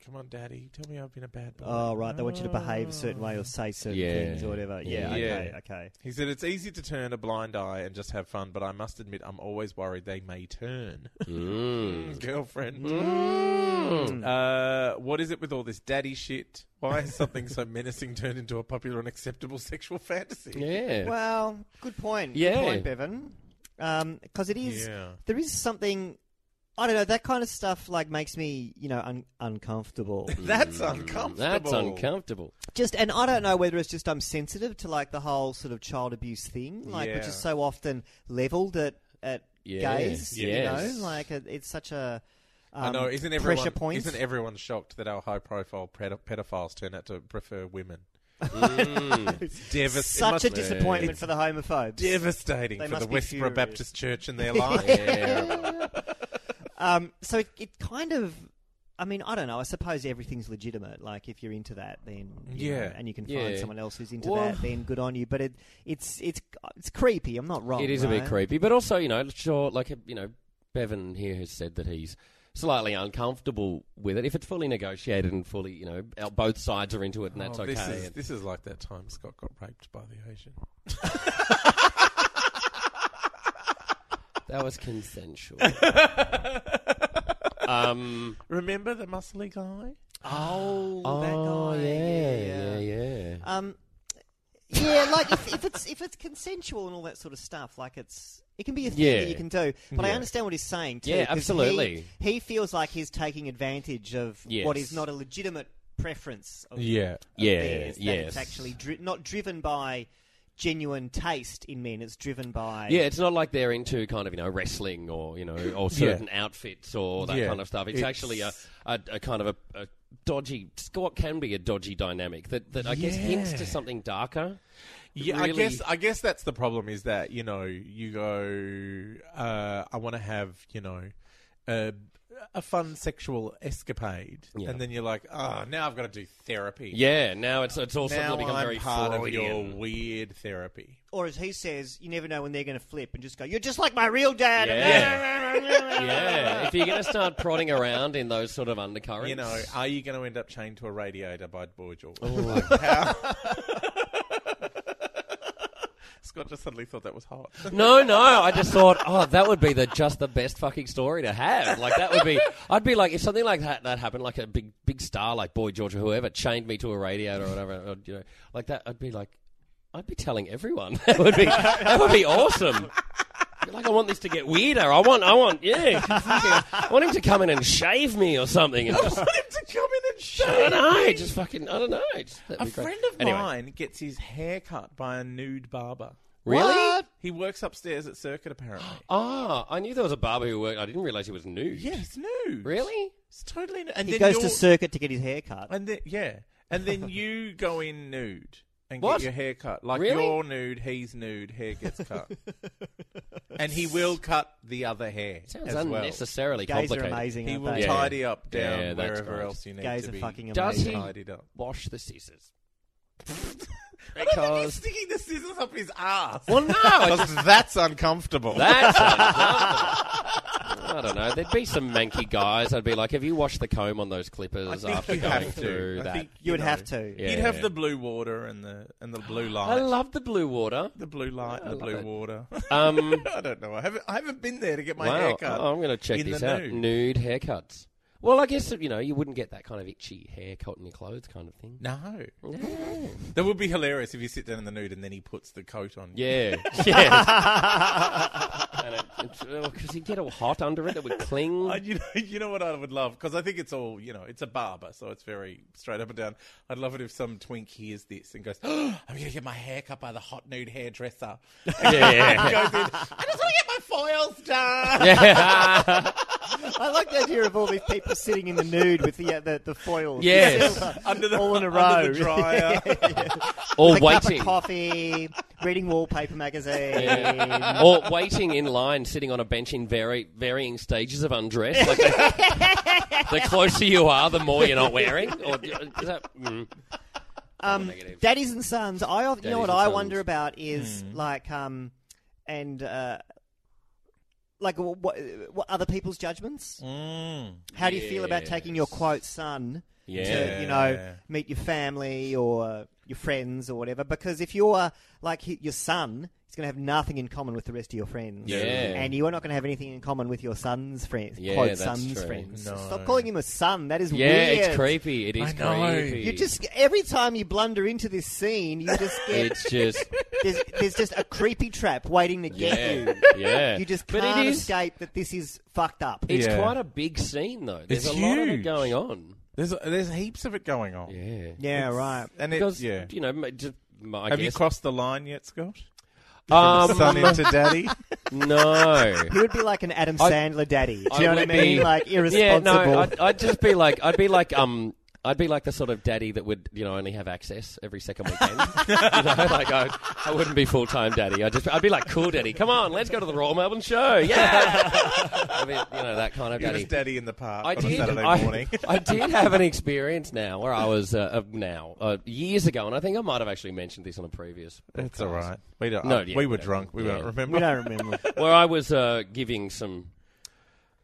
[SPEAKER 1] come on, daddy, tell me I've been a bad boy.
[SPEAKER 3] Oh right, they want you to behave a certain way or say certain
[SPEAKER 2] Yeah.
[SPEAKER 3] things or whatever. Yeah,
[SPEAKER 1] Yeah.
[SPEAKER 3] okay, okay.
[SPEAKER 1] He said it's easy to turn a blind eye and just have fun, but I must admit I'm always worried they may turn.
[SPEAKER 2] Mm.
[SPEAKER 1] (laughs) Girlfriend,
[SPEAKER 2] Mm.
[SPEAKER 1] uh, what is it with all this daddy shit? Why has something so menacing turned into a popular and acceptable sexual fantasy?
[SPEAKER 2] Yeah.
[SPEAKER 3] Well, good point.
[SPEAKER 2] Yeah.
[SPEAKER 3] Good point, Bevan. Because it is,
[SPEAKER 1] Yeah.
[SPEAKER 3] there is something, I don't know, that kind of stuff like makes me, you know, un- uncomfortable.
[SPEAKER 1] That's uncomfortable.
[SPEAKER 2] That's uncomfortable.
[SPEAKER 1] (laughs)
[SPEAKER 3] just, and I don't know whether it's just I'm sensitive to like the whole sort of child abuse thing, like which
[SPEAKER 1] Yeah.
[SPEAKER 3] is so often leveled at, at
[SPEAKER 2] Yeah.
[SPEAKER 3] gays,
[SPEAKER 2] Yes.
[SPEAKER 3] you know, like it, it's such a um,
[SPEAKER 1] I know. Isn't everyone
[SPEAKER 3] pressure point. (laughs)
[SPEAKER 1] Isn't everyone shocked that our high-profile pedo- pedophiles turn out to prefer women?
[SPEAKER 2] Mm.
[SPEAKER 1] It's devas- it
[SPEAKER 3] such
[SPEAKER 1] must
[SPEAKER 3] a
[SPEAKER 1] be
[SPEAKER 3] disappointment for the homophobes.
[SPEAKER 1] devastating
[SPEAKER 3] They
[SPEAKER 1] for the
[SPEAKER 3] must be
[SPEAKER 1] Westboro
[SPEAKER 3] furious.
[SPEAKER 1] Baptist Church
[SPEAKER 3] (laughs)
[SPEAKER 1] and their lives.
[SPEAKER 3] Um, so it, it kind of, I mean, I don't know. I suppose everything's legitimate. Like if you're into that, then you know,
[SPEAKER 1] Yeah.
[SPEAKER 3] and you can
[SPEAKER 2] Yeah.
[SPEAKER 3] find someone else who's into
[SPEAKER 2] Well-
[SPEAKER 3] that, then good on you. But it, it's it's it's creepy. I'm not wrong.
[SPEAKER 2] It is a bit
[SPEAKER 3] right?
[SPEAKER 2] creepy, but also you know, sure, like you know, Bevan here has said that he's slightly uncomfortable with it. If it's fully negotiated and fully, you know, out- both sides are into it, and that's
[SPEAKER 1] Oh,
[SPEAKER 2] okay.
[SPEAKER 1] This is, (laughs)
[SPEAKER 2] and-
[SPEAKER 1] this is like that time Scott got raped by the Asian.
[SPEAKER 2] that was
[SPEAKER 1] (laughs)
[SPEAKER 2] consensual. um.
[SPEAKER 1] Remember the muscly guy?
[SPEAKER 3] Oh,
[SPEAKER 2] Oh
[SPEAKER 3] that guy.
[SPEAKER 2] yeah, yeah, yeah.
[SPEAKER 3] Um, yeah, like if, if it's if it's consensual and all that sort of stuff, like it's it can be a thing
[SPEAKER 2] Yeah.
[SPEAKER 3] that you can do. But I
[SPEAKER 2] Yeah.
[SPEAKER 3] understand what he's saying too.
[SPEAKER 2] Yeah,
[SPEAKER 3] 'cause
[SPEAKER 2] absolutely.
[SPEAKER 3] He, he feels like he's taking advantage of what
[SPEAKER 2] Yes.
[SPEAKER 3] is not a legitimate preference. Of,
[SPEAKER 1] Yeah.
[SPEAKER 3] of
[SPEAKER 2] Yeah,
[SPEAKER 3] theirs, that
[SPEAKER 2] yes.
[SPEAKER 3] It's actually dri- not driven by genuine taste in men. It's driven by
[SPEAKER 2] Yeah, it's not like they're into kind of you know wrestling or you know or certain outfits or that
[SPEAKER 1] Yeah.
[SPEAKER 2] kind of stuff. It's,
[SPEAKER 1] It's-
[SPEAKER 2] actually a, a, a kind of a, a dodgy what can be a dodgy dynamic that, that I guess hints to
[SPEAKER 1] Yeah.
[SPEAKER 2] something darker.
[SPEAKER 1] Yeah, I
[SPEAKER 2] Really-
[SPEAKER 1] guess I guess that's the problem is that you know you go uh, I want to have you know a, a fun sexual escapade
[SPEAKER 2] Yeah.
[SPEAKER 1] and then you're like oh now I've got to do therapy
[SPEAKER 2] Yeah, now it's it's all
[SPEAKER 1] now
[SPEAKER 2] suddenly become
[SPEAKER 1] I'm
[SPEAKER 2] very
[SPEAKER 1] part of
[SPEAKER 2] Freudian.
[SPEAKER 1] your weird therapy
[SPEAKER 3] or as he says, you never know when they're going to flip and just go, "You're just like my real dad."
[SPEAKER 2] Yeah. yeah, if you're going to start prodding around in those sort of undercurrents,
[SPEAKER 1] you know are you going to end up chained to a radiator by Boy George (laughs) Scott just suddenly thought that was (laughs) hot
[SPEAKER 2] No, no. I just thought, oh, that would be the just the best fucking story to have. Like that would be. I'd be like, if something like that that happened, like a big big star like Boy George or whoever chained me to a radiator or whatever, or, you know, like that, I'd be like, I'd be telling everyone. (laughs) That would be that would be awesome. Like I want this to get weirder. I want, I want, yeah. I want him to come in and shave me or something. And just,
[SPEAKER 1] to come in and
[SPEAKER 2] I don't know, just fucking, I don't know. Just, that'd
[SPEAKER 1] a
[SPEAKER 2] be great.
[SPEAKER 1] friend of
[SPEAKER 2] Anyway.
[SPEAKER 1] mine gets his hair cut by a nude barber
[SPEAKER 2] Really?
[SPEAKER 1] he works upstairs at Circuit apparently
[SPEAKER 2] Ah, I knew there was a barber who worked. I didn't realize he was nude.
[SPEAKER 1] Yeah, it's nude.
[SPEAKER 2] Really?
[SPEAKER 1] It's totally nude. And
[SPEAKER 3] He
[SPEAKER 1] then
[SPEAKER 3] goes
[SPEAKER 1] you're-
[SPEAKER 3] to circuit to get his hair cut.
[SPEAKER 2] (laughs)
[SPEAKER 1] and then yeah, and then you go in nude and
[SPEAKER 2] What?
[SPEAKER 1] get your hair cut. Like
[SPEAKER 2] Really?
[SPEAKER 1] you're nude, he's nude, hair gets
[SPEAKER 2] (laughs)
[SPEAKER 1] cut, and he will cut the other hair
[SPEAKER 2] Sounds
[SPEAKER 1] as well.
[SPEAKER 2] unnecessarily
[SPEAKER 3] Gays are
[SPEAKER 2] complicated.
[SPEAKER 3] amazing.
[SPEAKER 1] He
[SPEAKER 3] aren't
[SPEAKER 1] will
[SPEAKER 3] they?
[SPEAKER 2] Yeah.
[SPEAKER 1] tidy up down
[SPEAKER 2] Yeah, that's
[SPEAKER 1] wherever
[SPEAKER 2] great.
[SPEAKER 1] else you need
[SPEAKER 3] Gays
[SPEAKER 1] to
[SPEAKER 3] are
[SPEAKER 1] be.
[SPEAKER 3] fucking
[SPEAKER 2] Does
[SPEAKER 3] amazing.
[SPEAKER 2] he-
[SPEAKER 1] tidied up.
[SPEAKER 2] Wash the scissors.
[SPEAKER 1] I don't think he's
[SPEAKER 2] Because
[SPEAKER 1] sticking the scissors up his ass.
[SPEAKER 2] well, no, it's,
[SPEAKER 1] Because that's uncomfortable.
[SPEAKER 2] (laughs)
[SPEAKER 1] (laughs)
[SPEAKER 2] that's uncomfortable. I don't know. There'd be some manky guys. I'd be like, "Have you washed the comb on those
[SPEAKER 1] I
[SPEAKER 2] clippers
[SPEAKER 1] think
[SPEAKER 2] after
[SPEAKER 1] you
[SPEAKER 2] going
[SPEAKER 1] have to.
[SPEAKER 2] through
[SPEAKER 1] I
[SPEAKER 2] that?"
[SPEAKER 1] think
[SPEAKER 3] You would
[SPEAKER 1] know.
[SPEAKER 3] have to.
[SPEAKER 2] Yeah.
[SPEAKER 1] You'd have the blue water and the and the blue light.
[SPEAKER 2] I love the blue
[SPEAKER 1] (laughs)
[SPEAKER 2] water.
[SPEAKER 1] the blue light and
[SPEAKER 2] I
[SPEAKER 1] the
[SPEAKER 2] love
[SPEAKER 1] blue
[SPEAKER 2] it.
[SPEAKER 1] water.
[SPEAKER 2] Um,
[SPEAKER 1] (laughs) I don't know. I haven't. I haven't been there to get my
[SPEAKER 2] wow.
[SPEAKER 1] hair cut.
[SPEAKER 2] Oh, I'm going to check
[SPEAKER 1] in
[SPEAKER 2] this
[SPEAKER 1] the
[SPEAKER 2] out.
[SPEAKER 1] nude.
[SPEAKER 2] Nude haircuts. Well, I guess you know you wouldn't get that kind of itchy hair caught in your clothes, kind of thing.
[SPEAKER 1] No, that
[SPEAKER 2] (laughs)
[SPEAKER 1] would (laughs) be hilarious if you sit down in the nude and then he puts the coat on. you.
[SPEAKER 2] Yeah, yeah. and it because he'd get all hot under it. It would cling.
[SPEAKER 1] I, you, know, (laughs) you know what I would love? Because I think it's all, you know, it's a barber, so it's very straight up and down. I'd love it if some twink hears this and goes, (gasps) oh, I'm going to get my hair cut by the hot nude hairdresser.
[SPEAKER 2] (laughs) yeah, yeah,
[SPEAKER 1] He (laughs) goes in, I just want to get my foils
[SPEAKER 2] (laughs)
[SPEAKER 1] done. (laughs)
[SPEAKER 2] yeah.
[SPEAKER 3] I like the idea of all these people sitting in the nude with the uh, the, the foil.
[SPEAKER 2] Yes.
[SPEAKER 1] (laughs) Under the,
[SPEAKER 3] All in a
[SPEAKER 1] under
[SPEAKER 2] (laughs)
[SPEAKER 1] the
[SPEAKER 3] row.
[SPEAKER 1] dryer.
[SPEAKER 2] or
[SPEAKER 3] With a cup of
[SPEAKER 2] waiting,
[SPEAKER 3] coffee, reading wallpaper magazine.
[SPEAKER 2] Yeah. (laughs) or waiting in line, sitting on a bench in very varying stages of undress. Like the, the
[SPEAKER 1] (laughs)
[SPEAKER 2] closer you are, the more you're not wearing. Or is that? Mm.
[SPEAKER 3] um,
[SPEAKER 2] negative.
[SPEAKER 3] daddies and sons. I often, you
[SPEAKER 2] Daddies
[SPEAKER 3] know what
[SPEAKER 2] and
[SPEAKER 3] I
[SPEAKER 2] sons. Hmm.
[SPEAKER 3] wonder about is like um, and uh, like wh- what what other people's judgments.
[SPEAKER 1] Mm.
[SPEAKER 3] How do you feel about taking your
[SPEAKER 2] Yes.
[SPEAKER 3] quote son
[SPEAKER 2] Yeah.
[SPEAKER 3] to you know
[SPEAKER 1] Yeah.
[SPEAKER 3] meet your family or your friends or whatever? Because if you're like hi- your son, he's going to have nothing in common with the rest of your friends.
[SPEAKER 2] Yeah.
[SPEAKER 3] And you are not going to have anything in common with your son's friends.
[SPEAKER 2] Yeah,
[SPEAKER 3] quote
[SPEAKER 2] that's
[SPEAKER 3] son's
[SPEAKER 2] true.
[SPEAKER 3] friends.
[SPEAKER 1] No.
[SPEAKER 3] Stop calling him a son. That is
[SPEAKER 2] yeah,
[SPEAKER 3] weird.
[SPEAKER 2] it's creepy. It is
[SPEAKER 1] I know.
[SPEAKER 2] creepy.
[SPEAKER 3] You just every time you blunder into this scene, you just get
[SPEAKER 2] It's
[SPEAKER 1] (laughs)
[SPEAKER 2] just.
[SPEAKER 3] (laughs) there's, there's just a creepy trap waiting to get
[SPEAKER 2] Yeah.
[SPEAKER 3] you.
[SPEAKER 2] Yeah.
[SPEAKER 3] You just
[SPEAKER 2] But
[SPEAKER 3] can't
[SPEAKER 2] it is.
[SPEAKER 3] escape that this is fucked up.
[SPEAKER 2] It's
[SPEAKER 1] Yeah.
[SPEAKER 2] quite a big scene, though. There's
[SPEAKER 1] It's
[SPEAKER 2] a lot of it
[SPEAKER 1] huge.
[SPEAKER 2] going on.
[SPEAKER 1] There's, there's heaps of it going on.
[SPEAKER 2] Yeah.
[SPEAKER 3] yeah, right.
[SPEAKER 1] And it,
[SPEAKER 2] Because,
[SPEAKER 1] yeah.
[SPEAKER 2] you know, ma- just, ma- I
[SPEAKER 1] Have you
[SPEAKER 2] guess.
[SPEAKER 1] crossed the line yet, Scott?
[SPEAKER 2] um,
[SPEAKER 1] (laughs)
[SPEAKER 2] (laughs)
[SPEAKER 1] Son into daddy?
[SPEAKER 2] no.
[SPEAKER 3] He would be like an Adam
[SPEAKER 2] I-
[SPEAKER 3] Sandler daddy. Do
[SPEAKER 2] I
[SPEAKER 3] you know what I
[SPEAKER 2] would
[SPEAKER 3] mean?
[SPEAKER 2] be-
[SPEAKER 3] Like
[SPEAKER 2] Yeah,
[SPEAKER 3] irresponsible.
[SPEAKER 2] no, I'd, I'd just be like, I'd be like, um, I'd be like the sort of daddy that would, you know, only have access every second weekend. (laughs) you know, like I, I wouldn't be full time daddy. I would just, I'd be like, cool daddy, come on, let's go to the Royal Melbourne Show,
[SPEAKER 3] (laughs)
[SPEAKER 2] yeah. I mean, you know, that kind of
[SPEAKER 1] You're
[SPEAKER 2] daddy.
[SPEAKER 1] just daddy in the park
[SPEAKER 2] I
[SPEAKER 1] on a
[SPEAKER 2] did.
[SPEAKER 1] Saturday
[SPEAKER 2] I, (laughs)
[SPEAKER 1] (laughs) morning.
[SPEAKER 2] I did have an experience now where I was uh, uh, now uh, years ago, and I think I might have actually mentioned this on a previous.
[SPEAKER 1] That's
[SPEAKER 2] podcast,
[SPEAKER 1] all right. We don't.
[SPEAKER 2] No,
[SPEAKER 1] uh,
[SPEAKER 2] yeah,
[SPEAKER 1] we were
[SPEAKER 2] yeah,
[SPEAKER 1] drunk. We
[SPEAKER 2] yeah.
[SPEAKER 1] don't remember.
[SPEAKER 3] we don't remember.
[SPEAKER 2] Where I was uh, giving some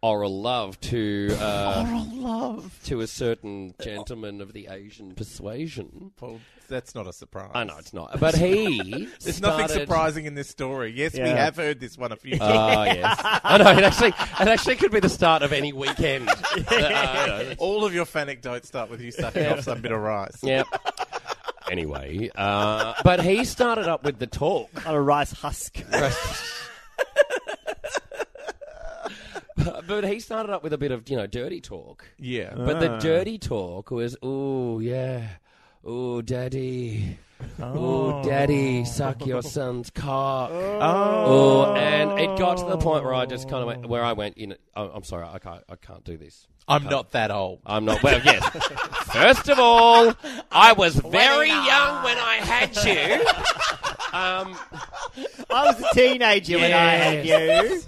[SPEAKER 2] oral love to uh, oral love to a certain gentleman of the Asian persuasion.
[SPEAKER 1] Well, that's not a surprise.
[SPEAKER 2] I know it's not, but (laughs) he.
[SPEAKER 1] There's nothing
[SPEAKER 2] started-
[SPEAKER 1] surprising in this story. Yes, we
[SPEAKER 3] Yeah.
[SPEAKER 1] have heard this one
[SPEAKER 2] (laughs)
[SPEAKER 1] a few times.
[SPEAKER 2] Oh yes, I know. It actually, it actually could be the start of any weekend. (laughs) Uh,
[SPEAKER 1] All of your anecdotes start with you sucking off some bit of rice.
[SPEAKER 2] yep. Anyway, uh, but he started up with the talk. (laughs)
[SPEAKER 3] On a rice husk.
[SPEAKER 2] Uh, But he started up with a bit of, you know, dirty talk.
[SPEAKER 1] Yeah.
[SPEAKER 2] But the dirty talk was, ooh, yeah. Ooh, daddy. Ooh, daddy, suck your son's cock. Ooh, and it got to the point where I just kind of went, where I went, you know, oh, I'm sorry, I can't, I can't do this.
[SPEAKER 1] I'm not that old.
[SPEAKER 2] I'm not, well, yes. (laughs) First of all, I was very young when I had you. Um,
[SPEAKER 3] I was a teenager when I had you.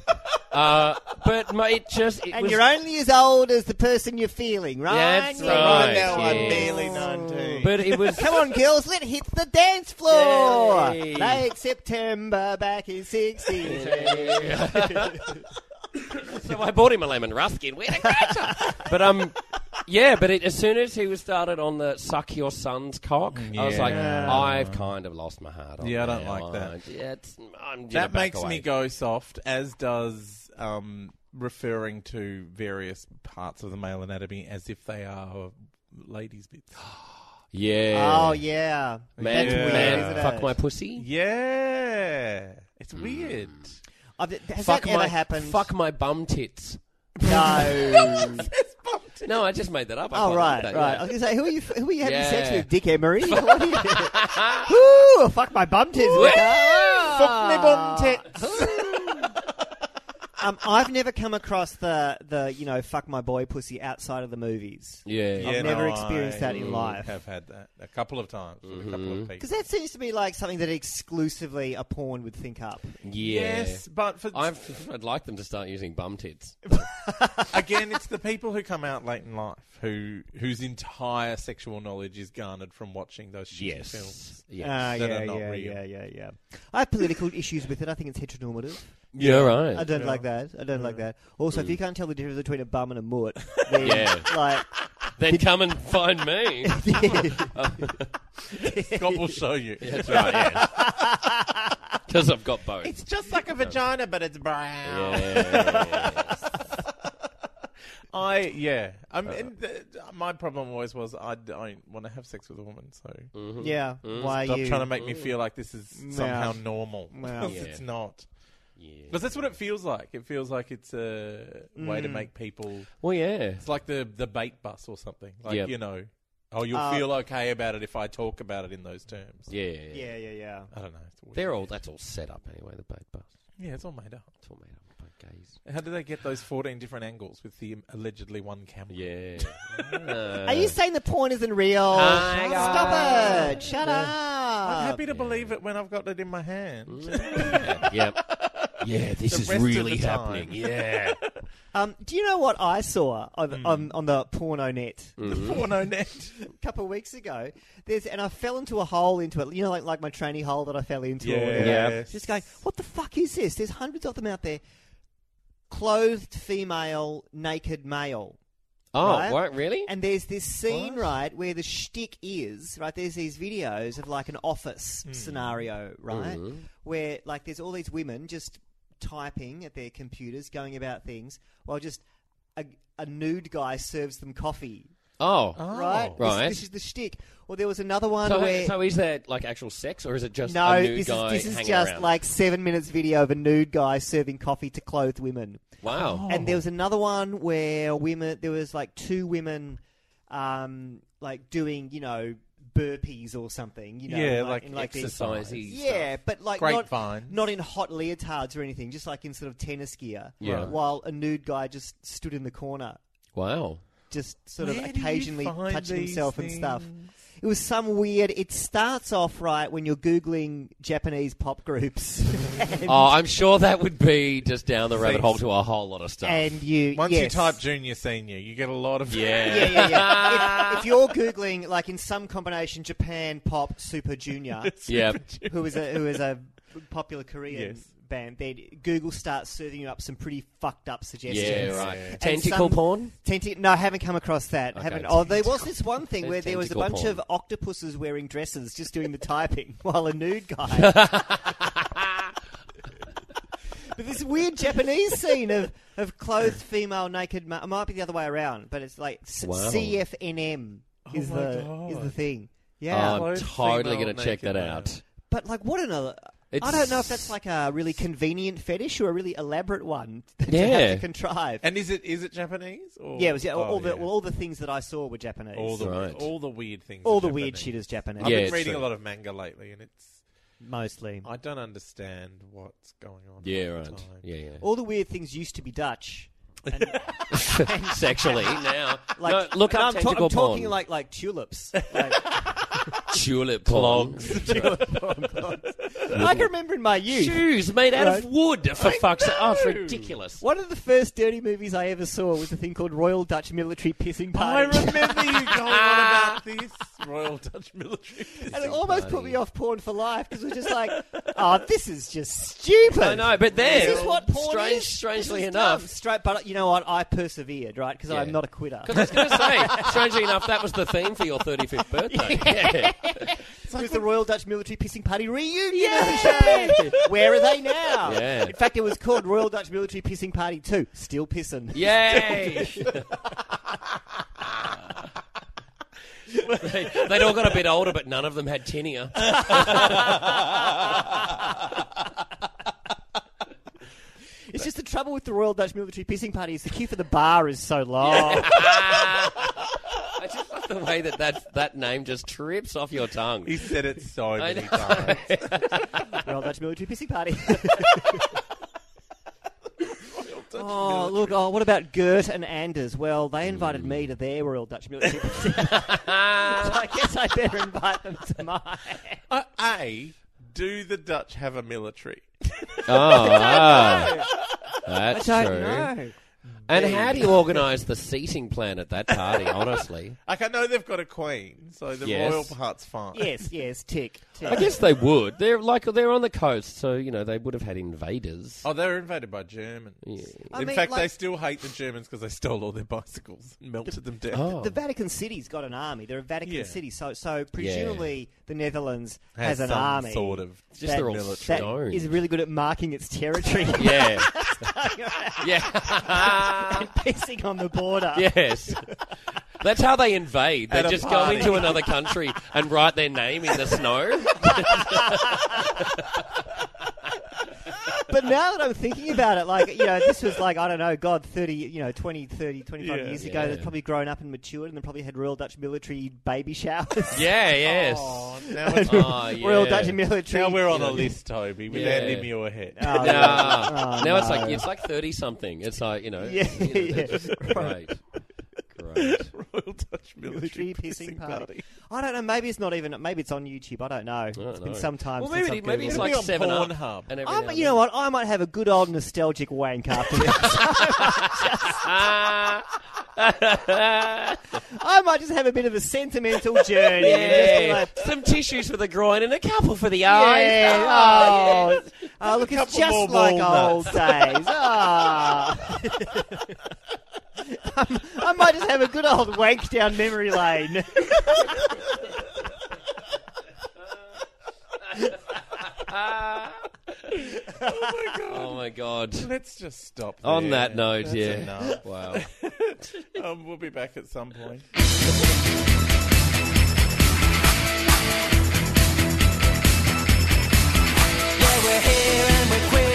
[SPEAKER 2] uh, but my, it just, it
[SPEAKER 3] And
[SPEAKER 2] was,
[SPEAKER 3] you're only as old as the person you're feeling, right?
[SPEAKER 2] That's
[SPEAKER 3] You're
[SPEAKER 2] right,
[SPEAKER 3] on
[SPEAKER 1] now I'm
[SPEAKER 2] yes.
[SPEAKER 1] barely 19.
[SPEAKER 2] but it was,
[SPEAKER 3] Come on, girls, let it hit the dance floor.
[SPEAKER 2] Yay.
[SPEAKER 3] Late September back
[SPEAKER 2] (laughs)
[SPEAKER 3] in 60.
[SPEAKER 2] so I bought him a lemon ruskin. We had a great time. But um, yeah. But it, as soon as he was started on the suck your son's cock, I was like,
[SPEAKER 1] Yeah.
[SPEAKER 2] I've kind of lost my heart. On
[SPEAKER 1] Yeah, I don't
[SPEAKER 2] that.
[SPEAKER 1] like that.
[SPEAKER 2] Yeah, it's, I'm gonna
[SPEAKER 1] that
[SPEAKER 2] back
[SPEAKER 1] makes
[SPEAKER 2] away.
[SPEAKER 1] me go soft, as does um, referring to various parts of the male anatomy as if they are
[SPEAKER 2] (gasps)
[SPEAKER 1] ladies' bits.
[SPEAKER 2] Yeah.
[SPEAKER 3] Oh, yeah.
[SPEAKER 2] Man,
[SPEAKER 1] That's weird,
[SPEAKER 2] man,
[SPEAKER 1] isn't
[SPEAKER 2] fuck
[SPEAKER 3] it?
[SPEAKER 2] my pussy.
[SPEAKER 1] Yeah. It's weird.
[SPEAKER 2] Hmm.
[SPEAKER 3] I've, has
[SPEAKER 2] fuck
[SPEAKER 3] that
[SPEAKER 2] my
[SPEAKER 3] ever happened?
[SPEAKER 2] fuck my bum tits. (laughs)
[SPEAKER 3] No. (laughs)
[SPEAKER 2] No, I just made that up. I
[SPEAKER 3] oh
[SPEAKER 2] quite
[SPEAKER 3] right,
[SPEAKER 2] like that,
[SPEAKER 3] right.
[SPEAKER 2] yeah.
[SPEAKER 3] I was gonna say, who are you? Who are you having sex
[SPEAKER 2] Yeah.
[SPEAKER 3] with,
[SPEAKER 2] (laughs)
[SPEAKER 3] Dick Emery? What are you- Ooh, fuck my bum tits.
[SPEAKER 2] Woo! Ah.
[SPEAKER 3] Fuck my bum tits. um, I've never come across the the you know fuck my boy pussy outside of the movies
[SPEAKER 2] Yeah.
[SPEAKER 1] (laughs) Yeah,
[SPEAKER 3] never experienced
[SPEAKER 1] I
[SPEAKER 3] that in life.
[SPEAKER 1] Have had that a couple of times with a couple of people.
[SPEAKER 3] because that seems to be like something that exclusively a porn would think up.
[SPEAKER 2] Yeah.
[SPEAKER 1] Yes, but for
[SPEAKER 2] I've, I'd like them to start using bum tits.
[SPEAKER 1] (laughs) again, it's the people who come out late in life who whose entire sexual knowledge is garnered from watching those
[SPEAKER 2] (laughs)
[SPEAKER 1] shitty films. Um,
[SPEAKER 2] Yes.
[SPEAKER 3] Ah,
[SPEAKER 1] That are
[SPEAKER 3] yeah,
[SPEAKER 1] not
[SPEAKER 3] yeah,
[SPEAKER 1] real.
[SPEAKER 3] yeah, yeah, yeah. I have political (laughs) issues with it. I think it's heteronormative.
[SPEAKER 2] You're right.
[SPEAKER 3] I don't
[SPEAKER 1] Yeah.
[SPEAKER 3] like that. I don't like that. Also, if you can't tell the difference between a bum and
[SPEAKER 2] (laughs)
[SPEAKER 3] a mutt, then,
[SPEAKER 2] Mm. Yeah. (laughs)
[SPEAKER 3] like (laughs)
[SPEAKER 1] (laughs)
[SPEAKER 2] Then come and find me.
[SPEAKER 1] Scott will show you.
[SPEAKER 2] (laughs) That's right, yeah. Because I've got both.
[SPEAKER 1] just like a vagina, but it's brown. (laughs)
[SPEAKER 2] yeah.
[SPEAKER 1] (laughs) I yeah.
[SPEAKER 2] Uh.
[SPEAKER 1] I'm, and th- my problem always was I don't want to have sex with a woman, so
[SPEAKER 2] Mm-hmm.
[SPEAKER 3] Yeah. Why
[SPEAKER 1] stop
[SPEAKER 2] Mm.
[SPEAKER 3] you?
[SPEAKER 1] trying to make me feel like this is somehow normal
[SPEAKER 3] Wow.
[SPEAKER 1] (laughs) because
[SPEAKER 2] Yeah.
[SPEAKER 1] it's not.
[SPEAKER 2] Yeah.
[SPEAKER 1] Because that's what it feels like. It feels like it's a way to
[SPEAKER 3] Mm.
[SPEAKER 1] make people.
[SPEAKER 2] Well, yeah.
[SPEAKER 1] It's like the the bait bus or something. Like
[SPEAKER 2] Yep.
[SPEAKER 1] you know, oh, you'll
[SPEAKER 3] Uh,
[SPEAKER 1] feel okay about it if I talk about it in those terms.
[SPEAKER 2] Yeah.
[SPEAKER 3] Yeah, yeah, yeah.
[SPEAKER 1] I don't know. It's weird.
[SPEAKER 2] They're all. That's all set up anyway. The bait bus.
[SPEAKER 1] yeah, it's all made up.
[SPEAKER 2] It's all made up by gays.
[SPEAKER 1] How do they get those fourteen different angles with the allegedly one camera?
[SPEAKER 2] Yeah. (laughs)
[SPEAKER 3] Are
[SPEAKER 1] Uh,
[SPEAKER 3] you saying the porn isn't real?
[SPEAKER 2] Ah,
[SPEAKER 3] Stop
[SPEAKER 2] yeah.
[SPEAKER 3] it! Shut
[SPEAKER 1] Oh Yeah.
[SPEAKER 3] up!
[SPEAKER 1] I'm happy to
[SPEAKER 2] yeah. Mm.
[SPEAKER 1] believe it when I've got it in my hand.
[SPEAKER 2] yeah.
[SPEAKER 1] (laughs)
[SPEAKER 2] Yep. Yeah, this
[SPEAKER 1] The
[SPEAKER 2] is
[SPEAKER 1] rest of
[SPEAKER 2] really
[SPEAKER 1] the time.
[SPEAKER 2] happening.
[SPEAKER 1] (laughs)
[SPEAKER 2] Yeah.
[SPEAKER 3] Um, do you know what I saw on,
[SPEAKER 1] Hmm.
[SPEAKER 3] on, on the porno net
[SPEAKER 1] The
[SPEAKER 2] Mm-hmm.
[SPEAKER 1] porno net.
[SPEAKER 2] (laughs)
[SPEAKER 3] a couple of weeks ago? There's and I fell into a hole into it. You know, like like my tranny hole that I fell into. or whatever.
[SPEAKER 1] Yes.
[SPEAKER 3] Just going, what the fuck is this? There's hundreds of them out there. Clothed female, naked male.
[SPEAKER 2] Oh,
[SPEAKER 3] Right?
[SPEAKER 2] what? Really?
[SPEAKER 3] And there's this scene,
[SPEAKER 1] What?
[SPEAKER 3] right, where the shtick is, right, there's these videos of like an office
[SPEAKER 1] Hmm.
[SPEAKER 3] scenario, right?
[SPEAKER 2] Mm-hmm.
[SPEAKER 3] Where like there's all these women just typing at their computers, going about things, while just a, a nude guy serves them coffee.
[SPEAKER 2] Oh.
[SPEAKER 1] Oh.
[SPEAKER 3] Right? This-
[SPEAKER 2] Right.
[SPEAKER 3] This, is the shtick. Or there was another one
[SPEAKER 2] So,
[SPEAKER 3] where.
[SPEAKER 2] so is that like actual sex, or is it just
[SPEAKER 3] no,
[SPEAKER 2] a nude
[SPEAKER 3] this is,
[SPEAKER 2] guy
[SPEAKER 3] this is
[SPEAKER 2] hanging
[SPEAKER 3] just
[SPEAKER 2] around?
[SPEAKER 3] like seven minutes video of a nude guy serving coffee to clothed women.
[SPEAKER 1] Oh.
[SPEAKER 2] wow?
[SPEAKER 3] And there was another one where women, there was like two women, um, like doing, you know, burpees or something. You know,
[SPEAKER 1] yeah, like,
[SPEAKER 3] in, these-
[SPEAKER 2] exercise-y
[SPEAKER 3] yeah, but like
[SPEAKER 1] Grapevine.
[SPEAKER 3] not not in hot leotards or anything, just like in sort of tennis gear.
[SPEAKER 2] Yeah.
[SPEAKER 3] While a nude guy just stood in the corner, (laughs)
[SPEAKER 2] Wow.
[SPEAKER 3] just sort
[SPEAKER 1] Where
[SPEAKER 3] of
[SPEAKER 1] do you
[SPEAKER 3] occasionally
[SPEAKER 1] find
[SPEAKER 3] touching
[SPEAKER 1] these
[SPEAKER 3] himself and stuff.
[SPEAKER 1] things?
[SPEAKER 3] It was some weird. It starts off right when you're googling Japanese pop
[SPEAKER 1] (laughs)
[SPEAKER 3] groups, and,
[SPEAKER 2] Oh, I'm sure that would be just down the rabbit hole to a whole lot of stuff.
[SPEAKER 3] and you
[SPEAKER 1] Once
[SPEAKER 3] yes.
[SPEAKER 1] you type junior senior, you get a lot of (laughs)
[SPEAKER 2] Yeah.
[SPEAKER 3] yeah, yeah, yeah. if, if you're googling like in some combination Japan pop Super
[SPEAKER 1] (laughs)
[SPEAKER 3] Junior,
[SPEAKER 2] (laughs) yeah.
[SPEAKER 3] who is a who is a popular Korean
[SPEAKER 1] Yes.
[SPEAKER 3] band, then Google starts serving you up some pretty fucked up suggestions.
[SPEAKER 2] Yeah, right.
[SPEAKER 1] Yeah.
[SPEAKER 2] Tentacle
[SPEAKER 3] some-
[SPEAKER 2] porn?
[SPEAKER 3] Tenti- no, I haven't come across that.
[SPEAKER 2] Okay,
[SPEAKER 3] haven't. Oh, there was this one thing where there was a
[SPEAKER 2] Tentacle
[SPEAKER 3] bunch
[SPEAKER 2] porn.
[SPEAKER 3] of octopuses wearing dresses, just doing the typing, (laughs) while a nude
[SPEAKER 2] (laughs)
[SPEAKER 3] guy. But this weird Japanese scene of, of clothed female naked ma- it might be the other way around, but it's like s-
[SPEAKER 2] Wow.
[SPEAKER 3] CFNM is
[SPEAKER 1] Oh my
[SPEAKER 3] the is
[SPEAKER 1] God.
[SPEAKER 3] the thing. Yeah,
[SPEAKER 2] Oh, I'm
[SPEAKER 1] Clothed
[SPEAKER 2] totally
[SPEAKER 1] female
[SPEAKER 2] going to check
[SPEAKER 1] naked
[SPEAKER 2] that
[SPEAKER 1] man.
[SPEAKER 2] out.
[SPEAKER 3] but like what an el- I
[SPEAKER 2] It's-
[SPEAKER 3] don't know if that's like a really convenient fetish or a really elaborate one (laughs) that you
[SPEAKER 2] Yeah.
[SPEAKER 3] have to contrive.
[SPEAKER 1] And is it is it Japanese? Or?
[SPEAKER 3] yeah, it was, yeah, all
[SPEAKER 1] Oh,
[SPEAKER 3] the
[SPEAKER 1] yeah.
[SPEAKER 3] well, all the things that I saw were Japanese.
[SPEAKER 1] all the
[SPEAKER 2] Right.
[SPEAKER 1] all the weird things.
[SPEAKER 3] All
[SPEAKER 1] are
[SPEAKER 3] the weird
[SPEAKER 1] Japanese.
[SPEAKER 3] shit is Japanese,
[SPEAKER 1] I've
[SPEAKER 2] Yeah,
[SPEAKER 1] been
[SPEAKER 2] it's
[SPEAKER 1] reading
[SPEAKER 2] true.
[SPEAKER 1] a lot of manga lately, and it's
[SPEAKER 3] mostly.
[SPEAKER 1] I don't understand what's going on.
[SPEAKER 2] Yeah,
[SPEAKER 1] all the
[SPEAKER 2] right.
[SPEAKER 1] time.
[SPEAKER 2] Yeah, yeah.
[SPEAKER 3] All the weird things used to be Dutch.
[SPEAKER 2] (laughs)
[SPEAKER 3] And, and, (laughs)
[SPEAKER 2] Sexually, now.
[SPEAKER 3] like,
[SPEAKER 2] No, look
[SPEAKER 3] and
[SPEAKER 2] up
[SPEAKER 3] I'm, ta- I'm
[SPEAKER 2] tentacle porn.
[SPEAKER 3] talking like like tulips.
[SPEAKER 2] (laughs)
[SPEAKER 3] Like, (laughs)
[SPEAKER 2] tulip porn.
[SPEAKER 3] I can remember in my youth.
[SPEAKER 2] Shoes made out
[SPEAKER 3] Right.
[SPEAKER 2] of wood, for fuck's sake. Oh, it's ridiculous.
[SPEAKER 3] One of the first dirty movies I ever saw was a thing called Royal Dutch Military Pissing
[SPEAKER 1] I
[SPEAKER 3] Party.
[SPEAKER 1] remember you going on (laughs) about this Royal Dutch military.
[SPEAKER 3] (laughs) and it almost put
[SPEAKER 2] Party.
[SPEAKER 3] me off porn for life because it was just like, oh, this is just stupid.
[SPEAKER 2] I know, but then,
[SPEAKER 3] This is what porn
[SPEAKER 2] strange,
[SPEAKER 3] is.
[SPEAKER 2] strangely
[SPEAKER 3] This is dumb.
[SPEAKER 2] enough,
[SPEAKER 3] Straight, but you know what? I persevered, right? Because I'm
[SPEAKER 2] Yeah.
[SPEAKER 3] not a quitter.
[SPEAKER 2] Because I was going to say, strangely enough, that was the theme for your 35th birthday. Yeah.
[SPEAKER 3] It was the Royal Dutch Military Pissing Party reunion. (laughs) Where are they now?
[SPEAKER 2] (laughs) Yeah.
[SPEAKER 3] In fact, it was called Royal Dutch Military Pissing Party 2. Still pissing.
[SPEAKER 2] Yay! they, would all got a bit older, but none of them had tenure.
[SPEAKER 3] It's just the trouble with the Royal Dutch Military Pissing Party is the queue for the bar is so long.
[SPEAKER 2] I just love the way that, that that name just trips off your tongue.
[SPEAKER 1] (laughs) He said it so
[SPEAKER 2] I
[SPEAKER 1] many
[SPEAKER 2] know. (laughs)
[SPEAKER 3] (laughs)
[SPEAKER 1] times.
[SPEAKER 3] Royal Dutch Military Pissing Party. oh, look, oh, what about Gert and Anders? Well, they invited me to their Royal Dutch Military Pissing Party.
[SPEAKER 2] (laughs)
[SPEAKER 3] so I guess I better invite them to mine.
[SPEAKER 1] Uh, A. Do the Dutch have a military?
[SPEAKER 2] Oh, ah. that's
[SPEAKER 3] I
[SPEAKER 2] true.
[SPEAKER 3] don't know.
[SPEAKER 2] And how do you organise the seating plan at that (laughs) party? Honestly,
[SPEAKER 1] Like I know they've got a queen, so the
[SPEAKER 2] Yes.
[SPEAKER 1] royal part's fine.
[SPEAKER 3] Yes, yes, tick, tick.
[SPEAKER 2] I guess they would. They're like they're on the coast, so you know they would have had invaders.
[SPEAKER 1] Oh, they were invaded by Germans.
[SPEAKER 2] Yeah.
[SPEAKER 3] I
[SPEAKER 1] In
[SPEAKER 3] mean,
[SPEAKER 1] fact, they
[SPEAKER 3] like-
[SPEAKER 1] still hate the Germans because they stole all their bicycles and melted them down.
[SPEAKER 2] Oh.
[SPEAKER 3] The Vatican City's got an army. They're a Vatican
[SPEAKER 1] Yeah.
[SPEAKER 3] city, so so presumably the Netherlands has, an
[SPEAKER 1] some
[SPEAKER 3] army.
[SPEAKER 1] sort of.
[SPEAKER 2] Just they're all
[SPEAKER 3] that
[SPEAKER 2] stoned.
[SPEAKER 3] is really good at marking
[SPEAKER 2] (laughs)
[SPEAKER 3] its territory (laughs)
[SPEAKER 2] yeah,
[SPEAKER 3] and
[SPEAKER 2] yeah. (laughs)
[SPEAKER 3] pissing on the border.
[SPEAKER 2] Yes. That's how they invade. They
[SPEAKER 1] At a
[SPEAKER 2] just go
[SPEAKER 1] party.
[SPEAKER 2] into another country and write
[SPEAKER 3] (laughs)
[SPEAKER 2] their name in the snow.
[SPEAKER 3] But now that I'm thinking about it, like, you know, this was like, I don't know, God, 30, you know, 20, 30, 25
[SPEAKER 1] Yeah.
[SPEAKER 3] years
[SPEAKER 2] Yeah.
[SPEAKER 3] ago. They'd probably grown up and matured and they probably had Royal Dutch Military baby showers. (laughs)
[SPEAKER 2] Yeah, (laughs) yes.
[SPEAKER 1] Oh, now it's-
[SPEAKER 3] Royal
[SPEAKER 2] yeah.
[SPEAKER 3] Dutch Military.
[SPEAKER 1] now we're on a list, Toby. With
[SPEAKER 2] Yeah.
[SPEAKER 1] Andy
[SPEAKER 2] (laughs)
[SPEAKER 1] Muir head.
[SPEAKER 3] Oh,
[SPEAKER 2] Nah.
[SPEAKER 3] yeah. Oh,
[SPEAKER 2] now it's
[SPEAKER 3] no.
[SPEAKER 2] like it's like thirty something. It's like you know,
[SPEAKER 3] Yeah,
[SPEAKER 2] you know, they're
[SPEAKER 3] yeah. (laughs)
[SPEAKER 2] just great, great.
[SPEAKER 1] (laughs) Royal Dutch Military
[SPEAKER 3] Military pissing
[SPEAKER 1] Pissing Party.
[SPEAKER 3] I don't know. Maybe it's not even. Maybe it's on YouTube. I don't know. It's
[SPEAKER 2] don't know.
[SPEAKER 3] been some time
[SPEAKER 2] Well,
[SPEAKER 3] since
[SPEAKER 2] maybe
[SPEAKER 3] I've
[SPEAKER 2] maybe it's
[SPEAKER 3] Googled.
[SPEAKER 2] like
[SPEAKER 1] It'll be on
[SPEAKER 2] seven up
[SPEAKER 1] Pornhub.
[SPEAKER 2] and everything.
[SPEAKER 3] I'm, you know what? (laughs) I might have a good old nostalgic wank after this. I might just have a bit of a sentimental journey.
[SPEAKER 2] (laughs) Yeah.
[SPEAKER 3] And just be like,
[SPEAKER 2] Some tissues for the groin and a couple for the eyes.
[SPEAKER 3] yeah,
[SPEAKER 2] Ah,
[SPEAKER 3] oh, oh, look, it's
[SPEAKER 1] couple
[SPEAKER 3] just
[SPEAKER 1] more
[SPEAKER 3] like old
[SPEAKER 1] walnuts.
[SPEAKER 3] days.
[SPEAKER 1] (laughs)
[SPEAKER 3] Ah. (laughs) I, I might just have a good old wank down memory lane.
[SPEAKER 2] Oh my god.
[SPEAKER 1] Let's just stop.
[SPEAKER 2] On
[SPEAKER 1] there.
[SPEAKER 2] that note,
[SPEAKER 1] That's
[SPEAKER 2] yeah.
[SPEAKER 1] enough. (laughs)
[SPEAKER 2] Wow.
[SPEAKER 1] um, we'll be back at some point.
[SPEAKER 4] Yeah, we're here and we're queer